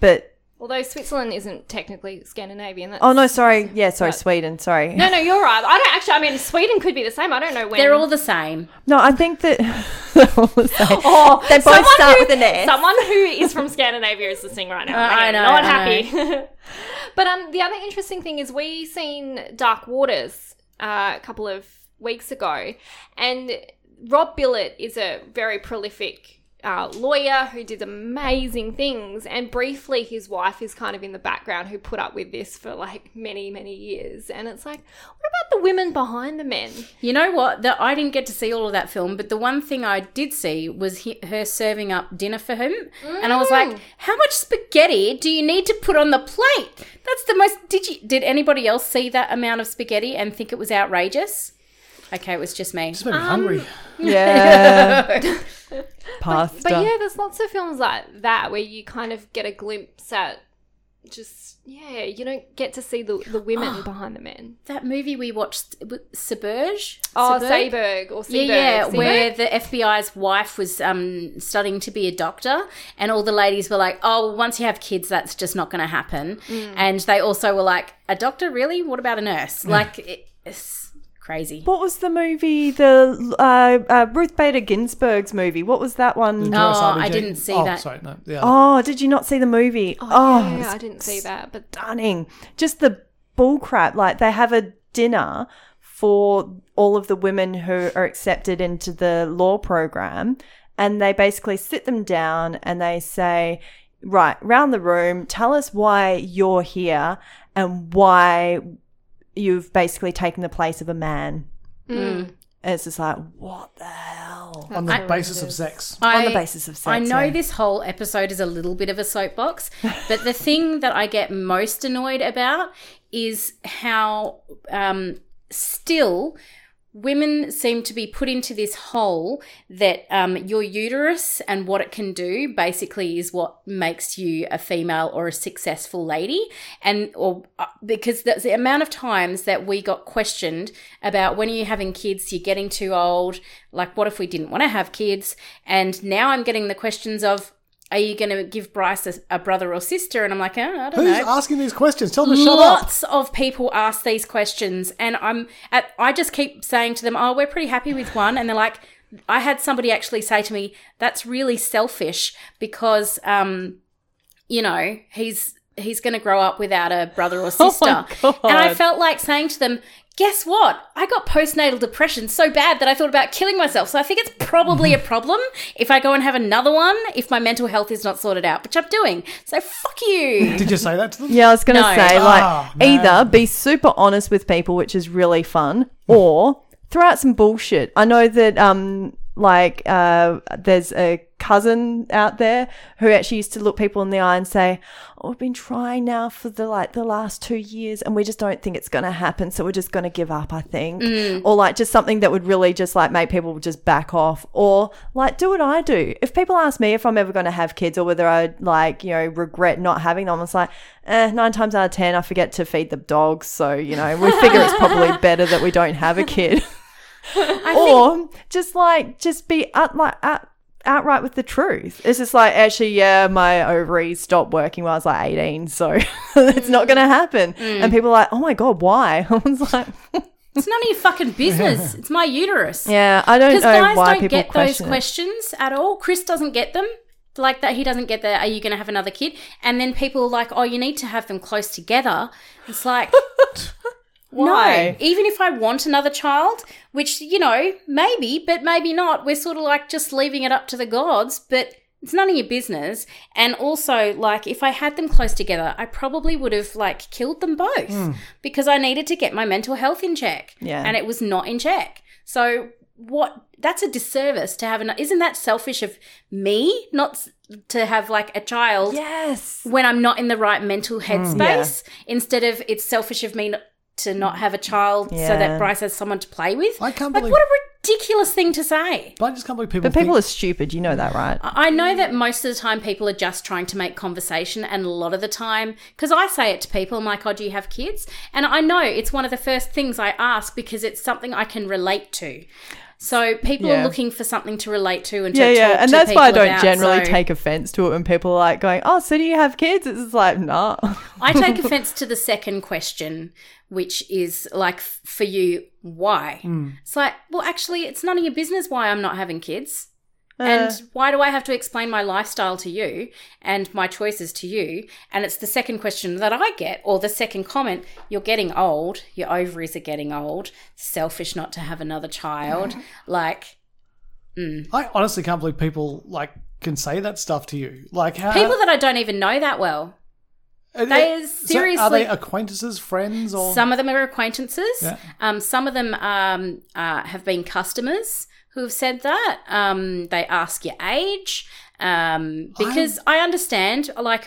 Speaker 2: but
Speaker 1: Although Switzerland isn't technically Scandinavian. That's,
Speaker 2: oh no, sorry, yeah, sorry, Sweden, sorry.
Speaker 1: No, no, you're right. I don't actually. I mean, Sweden could be the same. I don't know when.
Speaker 4: They're all the same.
Speaker 2: No, I think that they're all the same.
Speaker 1: Oh,
Speaker 2: They both
Speaker 1: someone
Speaker 2: start
Speaker 1: who,
Speaker 2: with an S.
Speaker 1: Someone who is from Scandinavia is listening right now.
Speaker 4: Uh,
Speaker 1: I
Speaker 4: I
Speaker 1: am
Speaker 4: know,
Speaker 1: Not
Speaker 4: I
Speaker 1: happy. but um, the other interesting thing is we seen Dark Waters uh, a couple of weeks ago, and Rob Billet is a very prolific. Uh, lawyer who did amazing things, and briefly his wife is kind of in the background who put up with this for like many, many years. And it's like, what about the women behind the men?
Speaker 4: You know what? The, I didn't get to see all of that film, but the one thing I did see was he, her serving up dinner for him. And I was like, how much spaghetti do you need to put on the plate? That's the most. Did, you, did anybody else see that amount of spaghetti and think it was outrageous? Okay, it was just me.
Speaker 3: Just made me hungry.
Speaker 4: Um,
Speaker 2: Yeah, pasta.
Speaker 1: But yeah, there's lots of films like that where you kind of get a glimpse at just yeah, you don't get to see the the women
Speaker 2: Oh.
Speaker 1: behind the men.
Speaker 4: That movie we watched, w- Suburge?
Speaker 1: Oh,
Speaker 4: Suburg?
Speaker 1: Saberg or
Speaker 4: Yeah,
Speaker 1: Seberg.
Speaker 4: yeah,
Speaker 1: Seberg?
Speaker 4: where the FBI's wife was um, studying to be a doctor, and all the ladies were like, "Oh, well, once you have kids, that's just not going to happen."
Speaker 2: Mm.
Speaker 4: And they also were like, "A doctor, really? What about a nurse?" Like, it- it's crazy.
Speaker 2: what was the movie? The uh, uh, Ruth Bader Ginsburg's movie. What was that one?
Speaker 4: No.
Speaker 3: Gross
Speaker 4: I
Speaker 3: RBG.
Speaker 4: didn't see
Speaker 3: oh,
Speaker 4: that.
Speaker 3: Sorry, no. Yeah.
Speaker 2: Oh, did you not see the movie? Oh,
Speaker 1: Oh, yeah,
Speaker 2: it's
Speaker 1: I didn't see that, but
Speaker 2: stunning. Just the bull crap. Like they have a dinner for all of the women who are accepted into the law program. And they basically sit them down and they say, Right, round the room, tell us why you're here and why you've basically taken the place of a man.
Speaker 4: Mm.
Speaker 2: And it's just like, What the hell?
Speaker 3: on the basis of sex.
Speaker 4: I,
Speaker 2: the basis of sex,
Speaker 4: I know
Speaker 2: yeah.
Speaker 4: this whole episode is a little bit of a soapbox, but the thing that I get most annoyed about is how um, still women seem to be put into this hole that um, your uterus and what it can do basically is what makes you a female or a successful lady and or uh, because that's the amount of times that we got questioned about when are you having kids you're getting too old like what if we didn't want to have kids and now i'm getting the questions of are you going to give bryce a, a brother or sister and i'm like oh, i don't
Speaker 3: Who's
Speaker 4: know
Speaker 3: asking these questions? Tell them to shut up.
Speaker 4: lots of people ask these questions and i'm at, i just keep saying to them oh we're pretty happy with one and they're like i had somebody actually say to me that's really selfish because um you know he's he's going to grow up without a
Speaker 3: Oh
Speaker 4: brother or sister and i felt like saying to them guess what i got postnatal depression so bad that i thought about killing myself so i think it's probably a problem if i go and have another one if my mental health is not sorted out which i'm doing so fuck you
Speaker 3: Did you say that to them?
Speaker 2: Yeah, I was going to
Speaker 4: No.
Speaker 2: say, like,
Speaker 3: Ah,
Speaker 2: either be super honest with people, which is really fun, or throw out some bullshit. I know that, um, like, uh, there's a cousin out there who actually used to look people in the eye and say, "Oh, I've been trying now for the like the last two years, and we just don't think it's going to happen, so we're just going to give up." I think, or like just something that would really just like make people just back off, or like do what I do. If people ask me if I'm ever going to have kids or whether I like you know regret not having them, it's like eh, nine times out of ten I forget to feed the dogs, so you know we figure it's probably better that we don't have a kid, or just like just be out like uh, out, outright with the truth. It's just like actually, yeah, my ovaries stopped working when I was like eighteen, so it's not
Speaker 4: Mm.
Speaker 2: going to happen. And people are like, oh my god, why? I was like,
Speaker 4: It's none of your fucking business. It's my uterus.
Speaker 2: yeah, I don't know
Speaker 4: Because guys
Speaker 2: why
Speaker 4: don't
Speaker 2: people
Speaker 4: get
Speaker 2: question.
Speaker 4: those
Speaker 2: it.
Speaker 4: questions at all. Chris doesn't get them. Like that, he doesn't get that. Are you going to have another kid? And then people are like, oh, you need to have them close together. It's like,
Speaker 2: Why?
Speaker 4: no. Even if I want another child, which, you know, maybe, but maybe not, we're sort of like just leaving it up to the gods, but it's none of your business. And also, like, if I had them close together, I probably would have, like, killed them both because I needed to get my mental health in check.
Speaker 2: Hmm. Yeah.
Speaker 4: And it was not in check. So, what that's a disservice to have an isn't that selfish of me not s- to have like a child
Speaker 2: Yes.
Speaker 4: when I'm not in the right mental
Speaker 3: Hmm.
Speaker 4: headspace instead of it's selfish of me not, to not have a child so
Speaker 2: Yeah.
Speaker 4: that Bryce has someone to play with.
Speaker 3: I can't
Speaker 4: like,
Speaker 3: believe-
Speaker 4: what a ridiculous thing to say.
Speaker 3: But I just can't believe people.
Speaker 2: But people are
Speaker 3: think,
Speaker 2: stupid. You know that, right?
Speaker 4: I I know that most of the time people are just trying to make conversation, and a lot of the time, because I say it to people, I'm like, "Oh, do you have kids?" And I know it's one of the first things I ask because it's something I can relate to. So people
Speaker 2: Yeah.
Speaker 4: are looking for something to relate to, and to
Speaker 2: Yeah, yeah,
Speaker 4: talk
Speaker 2: and
Speaker 4: to
Speaker 2: that's why I
Speaker 4: people
Speaker 2: don't
Speaker 4: about,
Speaker 2: generally
Speaker 4: so-
Speaker 2: take offense to it when people are like going, "Oh, so do you have kids?" It's just like, nah.
Speaker 4: I take offense to the second question, which is like f- for you, why? It's like, well, actually, it's none of your business why I'm not having kids. and why do I have to explain my lifestyle to you and my choices to you? And it's the second question that I get, or the second comment you're getting old, your ovaries are getting old, selfish not to have another child. Like,
Speaker 3: I honestly can't believe people like can say that stuff to you. Like how
Speaker 4: people that I don't even know that well.
Speaker 3: that
Speaker 4: they are
Speaker 3: are they
Speaker 4: seriously-
Speaker 3: acquaintances, friends, or
Speaker 4: Some of them are acquaintances.
Speaker 3: Yeah.
Speaker 4: Um, some of them um, uh, have been customers who have said that. Um, they ask your age. Um, because I understand, like,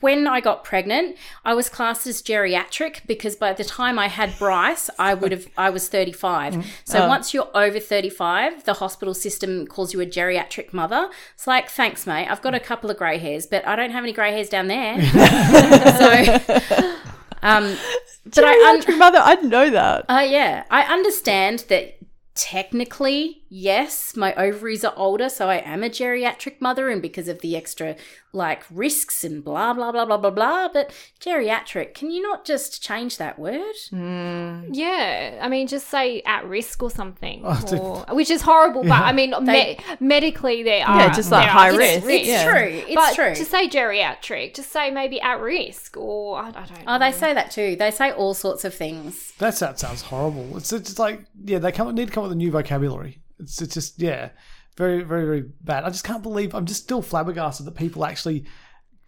Speaker 4: when I got pregnant, I was classed as geriatric because by the time I had Bryce, I would have, I was 35. So once you're over 35, the hospital system calls you a geriatric mother. It's like, thanks, mate. I've got a couple of grey hairs, but I don't have any grey hairs down there. so, um, but I, un-
Speaker 2: Your mother, I know that.
Speaker 4: uh, yeah, I understand that technically yes, my ovaries are older, so I am a geriatric mother, and because of the extra like risks and blah blah blah blah blah blah. But geriatric, can you not just change that word?
Speaker 3: Mm.
Speaker 1: Yeah, I mean, just say at risk or something,
Speaker 3: Oh, dude.
Speaker 1: or, which is horrible. But I mean,
Speaker 4: They-
Speaker 1: me- medically there are
Speaker 2: Yeah, just like
Speaker 1: there are-
Speaker 2: high
Speaker 1: it's-
Speaker 2: risk,
Speaker 1: it's-
Speaker 4: It's
Speaker 2: yeah.
Speaker 4: true. It's
Speaker 1: but
Speaker 4: true.
Speaker 1: to say geriatric, just say maybe at risk, or I, I don't.
Speaker 2: Uh.
Speaker 4: Oh, they say that too. They say all sorts of things.
Speaker 3: That sound- sounds horrible. It's it's like yeah, they come need to come up with a new vocabulary. It's it's just yeah, very very very bad. I just can't believe I'm just still flabbergasted that people actually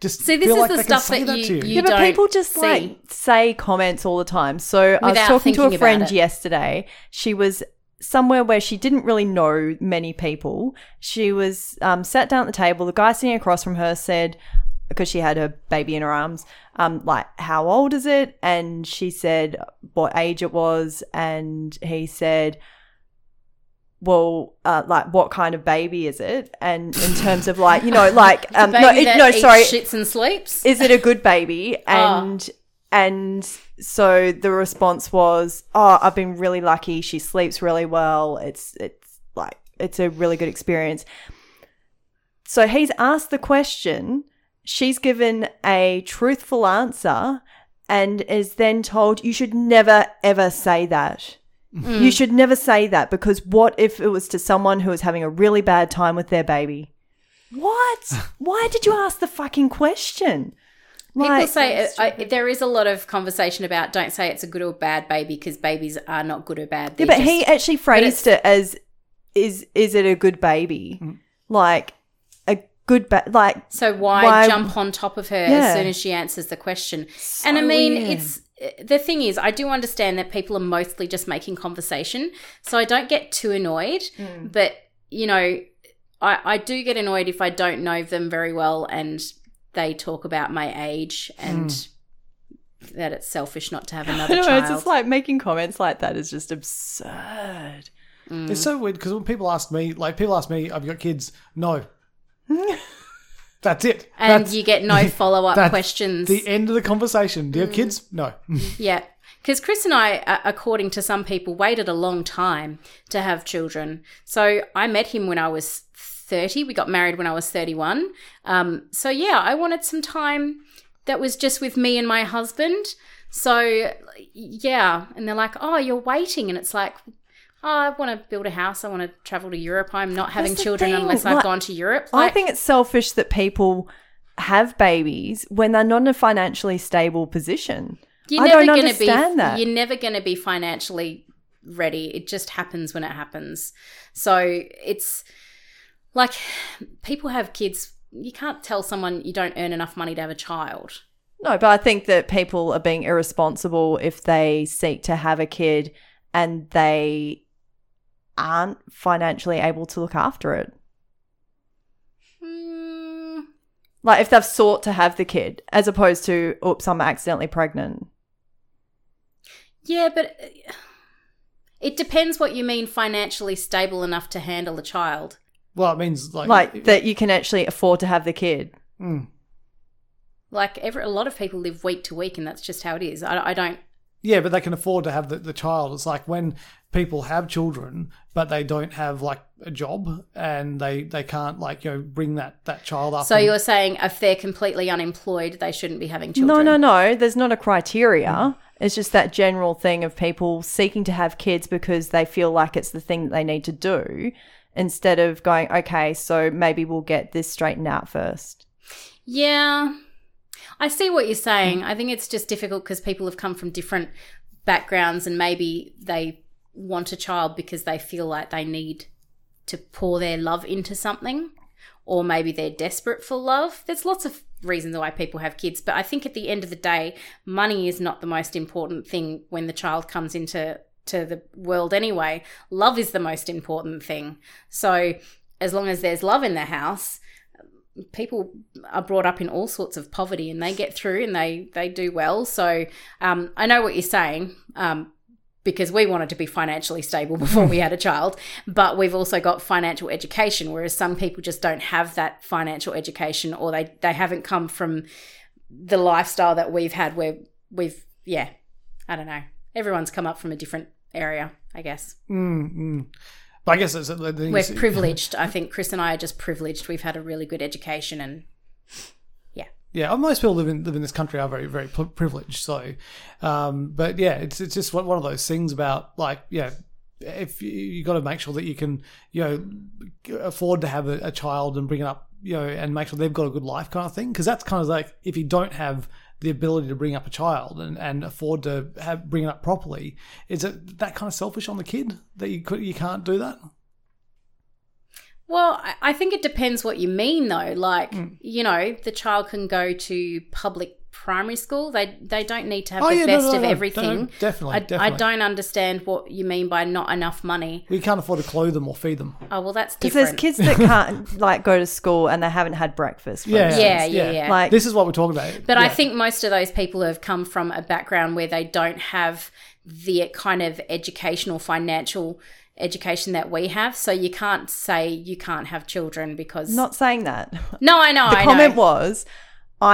Speaker 3: just
Speaker 4: See, this
Speaker 3: feel
Speaker 4: is
Speaker 3: like
Speaker 4: the
Speaker 3: they can
Speaker 4: stuff
Speaker 3: say
Speaker 4: that you-
Speaker 3: to
Speaker 4: you
Speaker 2: yeah, but
Speaker 4: don't
Speaker 2: people just
Speaker 4: see.
Speaker 2: like say comments all the time. So I was
Speaker 4: Without
Speaker 2: talking to
Speaker 4: thinking
Speaker 2: a
Speaker 4: about
Speaker 2: friend
Speaker 4: it.
Speaker 2: yesterday. She was somewhere where she didn't really know many people. She was um, sat down at the table. The guy sitting across from her said, because she had her baby in her arms, um, like, how old is it? And she said what age it was. And he said, well, uh, like, what kind of baby is it? And in terms of like, you know, like, um,
Speaker 4: Baby
Speaker 2: no, it,
Speaker 4: that
Speaker 2: no,
Speaker 4: eats
Speaker 2: sorry,
Speaker 4: shits and sleeps.
Speaker 2: is it a good baby and and so the response was oh i've been really lucky she sleeps really well it's it's like it's a really good experience so he's asked the question she's given a truthful answer and is then told you should never ever say that you should never say that because what if it was to someone who was having a really bad time with their baby what why did you ask the fucking question
Speaker 4: People say uh, I, there is a lot of conversation about don't say it's a good or bad baby because babies are not good or bad. They're
Speaker 2: Yeah, but he
Speaker 4: just-
Speaker 2: actually phrased
Speaker 4: it's-
Speaker 2: it as is is it a good baby? Like a good ba- like
Speaker 4: So why,
Speaker 2: why-
Speaker 4: jump on top of her
Speaker 2: Yeah.
Speaker 4: as soon as she answers the question? and I mean, it's the thing is, I do understand that people are mostly just making conversation, so I don't get too annoyed.
Speaker 2: Hmm.
Speaker 4: But you know, I, I do get annoyed if I don't know them very well and they talk about my age and that it's selfish not to have another
Speaker 2: Hmm. I don't know,
Speaker 4: child.
Speaker 2: it's just like making comments like that is just absurd.
Speaker 3: It's so weird because when people ask me, like people ask me, I've got kids. No, that's it.
Speaker 4: and
Speaker 3: That's
Speaker 4: you get no follow up
Speaker 3: that's
Speaker 4: questions.
Speaker 3: the end of the conversation. Do you
Speaker 4: Mm.
Speaker 3: have kids? No.
Speaker 4: Yeah. Because Chris and I, uh, according to some people, waited a long time to have children. So I met him when I was 30. We got married when I was 31. Um, so, yeah, I wanted some time that was just with me and my husband. So, yeah. And they're like, oh, you're waiting. And it's like, oh, I want to build a house. I want to travel to Europe. I'm not having
Speaker 2: That's the
Speaker 4: children
Speaker 2: thing,
Speaker 4: unless
Speaker 2: like-
Speaker 4: I've gone to Europe.
Speaker 2: I
Speaker 4: Like,
Speaker 2: think it's selfish that people have babies when they're not in a financially stable position. I don't
Speaker 4: gonna
Speaker 2: understand
Speaker 4: be,
Speaker 2: that.
Speaker 4: You're never going to be financially ready. It just happens when it happens. So it's like people have kids. You can't tell someone you don't earn enough money to have a child.
Speaker 2: No, but I think that people are being irresponsible if they seek to have a kid and they aren't financially able to look after it.
Speaker 4: Hmm.
Speaker 2: Like if they've sought to have the kid, as opposed to, oops, I'm accidentally pregnant.
Speaker 4: yeah, but uh, it depends what you mean financially stable enough to handle a child.
Speaker 3: Well, it means like
Speaker 2: Like that you can actually afford to have the kid.
Speaker 3: Mm.
Speaker 4: Like every, a lot of people live week to week, and that's just how it is. I, I don't.
Speaker 3: Yeah, but they can afford to have the, the child. It's like when people have children, but they don't have like a job and they, they can't like you know bring that, that child up.
Speaker 4: So
Speaker 3: and-
Speaker 4: you're saying if they're completely unemployed, they shouldn't be having children?
Speaker 2: No, no, no. There's not a criteria. It's just that general thing of people seeking to have kids because they feel like it's the thing that they need to do instead of going, okay, so maybe we'll get this straightened out first.
Speaker 4: Yeah. I see what you're saying. I think it's just difficult because people have come from different backgrounds and maybe they want a child because they feel like they need to pour their love into something or maybe they're desperate for love. There's lots of reasons why people have kids, but I think at the end of the day, money is not the most important thing when the child comes into to the world anyway. Love is the most important thing. So, as long as there's love in the house, people are brought up in all sorts of poverty and they get through and they they do well so um, i know what you're saying um, because we wanted to be financially stable before we had a child but we've also got financial education whereas some people just don't have that financial education or they they haven't come from the lifestyle that we've had where we've yeah i don't know everyone's come up from a different area i guess
Speaker 3: Mm, mm. But I guess it's, the thing
Speaker 4: We're
Speaker 3: is-
Speaker 4: privileged. I think Chris and I are just privileged. We've had a really good education and
Speaker 3: Yeah, oh, most people live in live in this country are very very pri- privileged. So, um, but yeah, it's it's just one one of those things about like yeah, if you, you got to make sure that you can you know afford to have a, a child and bring it up you know and make sure they've got a good life kind of thing because that's kind of like if you don't have the ability to bring up a child and, and afford to have bring it up properly is it that kind of selfish on the kid that you could you can't do that
Speaker 4: Well, I- I think it depends what you mean, though. Like,
Speaker 3: Hmm.
Speaker 4: you know, the child can go to public primary school. They they don't need to have
Speaker 3: Oh,
Speaker 4: the
Speaker 3: yeah, no,
Speaker 4: best
Speaker 3: no,
Speaker 4: of
Speaker 3: no,
Speaker 4: everything.
Speaker 3: no, definitely,
Speaker 4: I, I
Speaker 3: definitely.
Speaker 4: don't understand what you mean by not enough money.
Speaker 3: we can't afford to clothe them or feed them
Speaker 4: Oh well, that's
Speaker 2: Because
Speaker 4: different.
Speaker 2: there's kids that can't like go to school and they haven't had breakfast. for
Speaker 3: yeah
Speaker 2: instance.
Speaker 4: Yeah, yeah, yeah.
Speaker 2: Like-
Speaker 3: this is what we're talking about
Speaker 4: But I
Speaker 3: Yeah.
Speaker 4: think most of those people have come from a background where they don't have the kind of educational, financial education that we have. So you can't say you can't have children because
Speaker 2: Not saying that.
Speaker 4: No, I know.
Speaker 2: the
Speaker 4: I
Speaker 2: comment
Speaker 4: know.
Speaker 2: was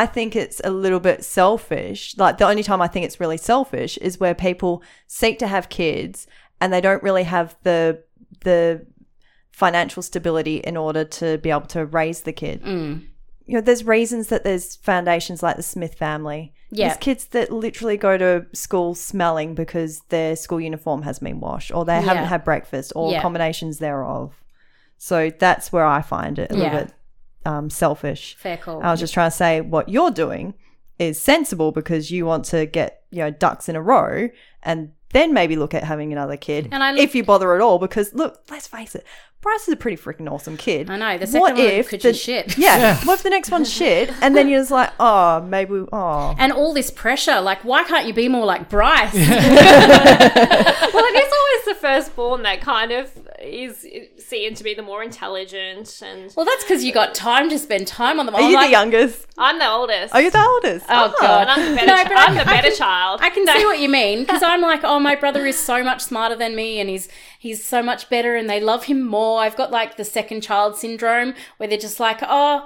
Speaker 2: i think it's a little bit selfish like the only time i think it's really selfish is where people seek to have kids and they don't really have the the financial stability in order to be able to raise the kid
Speaker 4: Mm.
Speaker 2: you know there's reasons that there's foundations like the smith family
Speaker 4: Yeah.
Speaker 2: There's kids that literally go to school smelling because their school uniform has been washed or they haven't
Speaker 4: Yeah.
Speaker 2: had breakfast or
Speaker 4: Yeah.
Speaker 2: combinations thereof. So that's where I find it a
Speaker 4: Yeah.
Speaker 2: little bit um, selfish.
Speaker 4: Fair call.
Speaker 2: I was just trying to say what you're doing is sensible because you want to get you know ducks in a row and then maybe look at having another kid
Speaker 4: And I-
Speaker 2: if you bother at all because look let's face it Bryce is a pretty freaking awesome kid
Speaker 4: I know, the second one could
Speaker 2: the,
Speaker 4: just shit.
Speaker 2: yeah, what if the next one's shit and then you're just like oh maybe we- oh
Speaker 4: and all this pressure, like, why can't you be more like Bryce?
Speaker 1: well, it is always the firstborn that kind of is seen to be the more intelligent, and
Speaker 4: Well, that's because you got time to spend time on them.
Speaker 2: are
Speaker 4: I'm
Speaker 2: you
Speaker 4: like,
Speaker 2: the youngest
Speaker 1: I'm the oldest.
Speaker 2: are you the oldest Ah.
Speaker 4: Oh, God.
Speaker 1: And I'm the better,
Speaker 4: No,
Speaker 1: chi-
Speaker 4: but I-
Speaker 1: I'm the
Speaker 4: I
Speaker 1: better
Speaker 4: can-
Speaker 1: child.
Speaker 4: I can see what you mean because I'm like, oh, my brother is so much smarter than me, and he's he's so much better, and they love him more. I've got like the second child syndrome where they're just like, oh,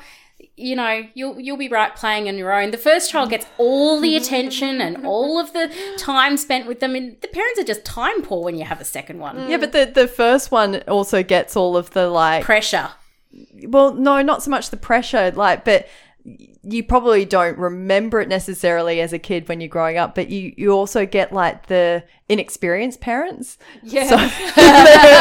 Speaker 4: you know, you'll you'll be right playing on your own. The first child gets all the attention and all of the time spent with them, and the parents are just time poor when you have a second one.
Speaker 2: yeah but the, the first one also gets all of the like
Speaker 4: Pressure.
Speaker 2: well no not so much the pressure like but you probably don't remember it necessarily as a kid when you're growing up but you you also get like the inexperienced parents yeah so they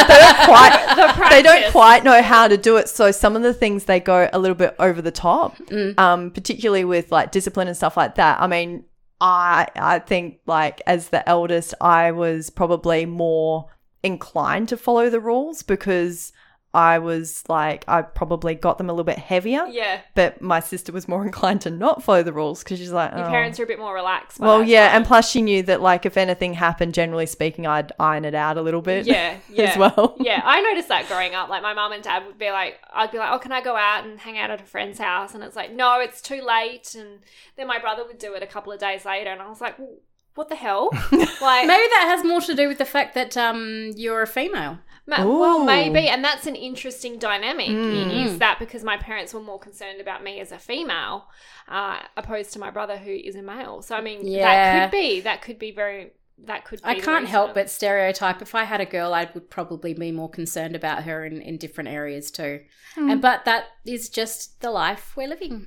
Speaker 2: don't quite they don't quite know how to do it so some of the things they go a little bit over the top um particularly with like discipline and stuff like that i mean i i think like as the eldest i was probably more inclined to follow the rules because I was like, I probably got them a little bit heavier.
Speaker 1: yeah,
Speaker 2: But my sister was more inclined to not follow the rules because she's like,
Speaker 1: your
Speaker 2: oh.
Speaker 1: parents are a bit more relaxed. by
Speaker 2: Well,
Speaker 1: that
Speaker 2: yeah,
Speaker 1: time.
Speaker 2: and plus she knew that like if anything happened, generally speaking, I'd iron it out a little bit.
Speaker 1: yeah, yeah,
Speaker 2: as well.
Speaker 1: Yeah, I noticed that growing up. Like my mum and dad would be like, I'd be like, oh, can I go out and hang out at a friend's house? And it's like, no, it's too late. And then my brother would do it a couple of days later, and I was like, well, what the hell? Like,
Speaker 4: Maybe that has more to do with the fact that um, you're a female.
Speaker 1: Ma- well,
Speaker 2: Ooh.
Speaker 1: maybe, and that's an interesting dynamic.
Speaker 4: Mm.
Speaker 1: Is that because my parents were more concerned about me as a female, uh, opposed to my brother who is a male? So I mean,
Speaker 4: Yeah.
Speaker 1: that could be. That could be very. That could. Be
Speaker 4: I
Speaker 1: the
Speaker 4: can't help
Speaker 1: reason.
Speaker 4: but stereotype. If I had a girl, I would probably be more concerned about her in, in different areas too.
Speaker 2: Hmm.
Speaker 4: And but that is just the life we're living,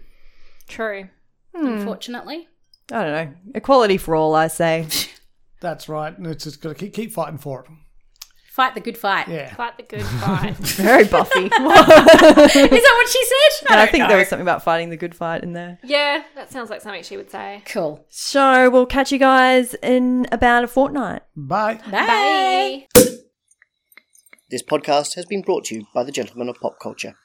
Speaker 1: True.
Speaker 2: Hmm.
Speaker 4: unfortunately.
Speaker 2: I don't know. Equality for all, I say.
Speaker 3: that's right and it's just got to keep, keep fighting for it
Speaker 4: Fight the good fight.
Speaker 3: yeah
Speaker 1: Quite the good fight.
Speaker 2: Very Buffy.
Speaker 4: Is that what she said?
Speaker 2: and I
Speaker 4: don't
Speaker 2: think
Speaker 4: know.
Speaker 2: there was something about fighting the good fight in there.
Speaker 1: yeah, that sounds like something she would say.
Speaker 4: cool.
Speaker 2: So we'll catch you guys in about a fortnight.
Speaker 3: bye
Speaker 4: Bye.
Speaker 1: Bye.
Speaker 7: This podcast has been brought to you by the Gentlemen of Pop Culture.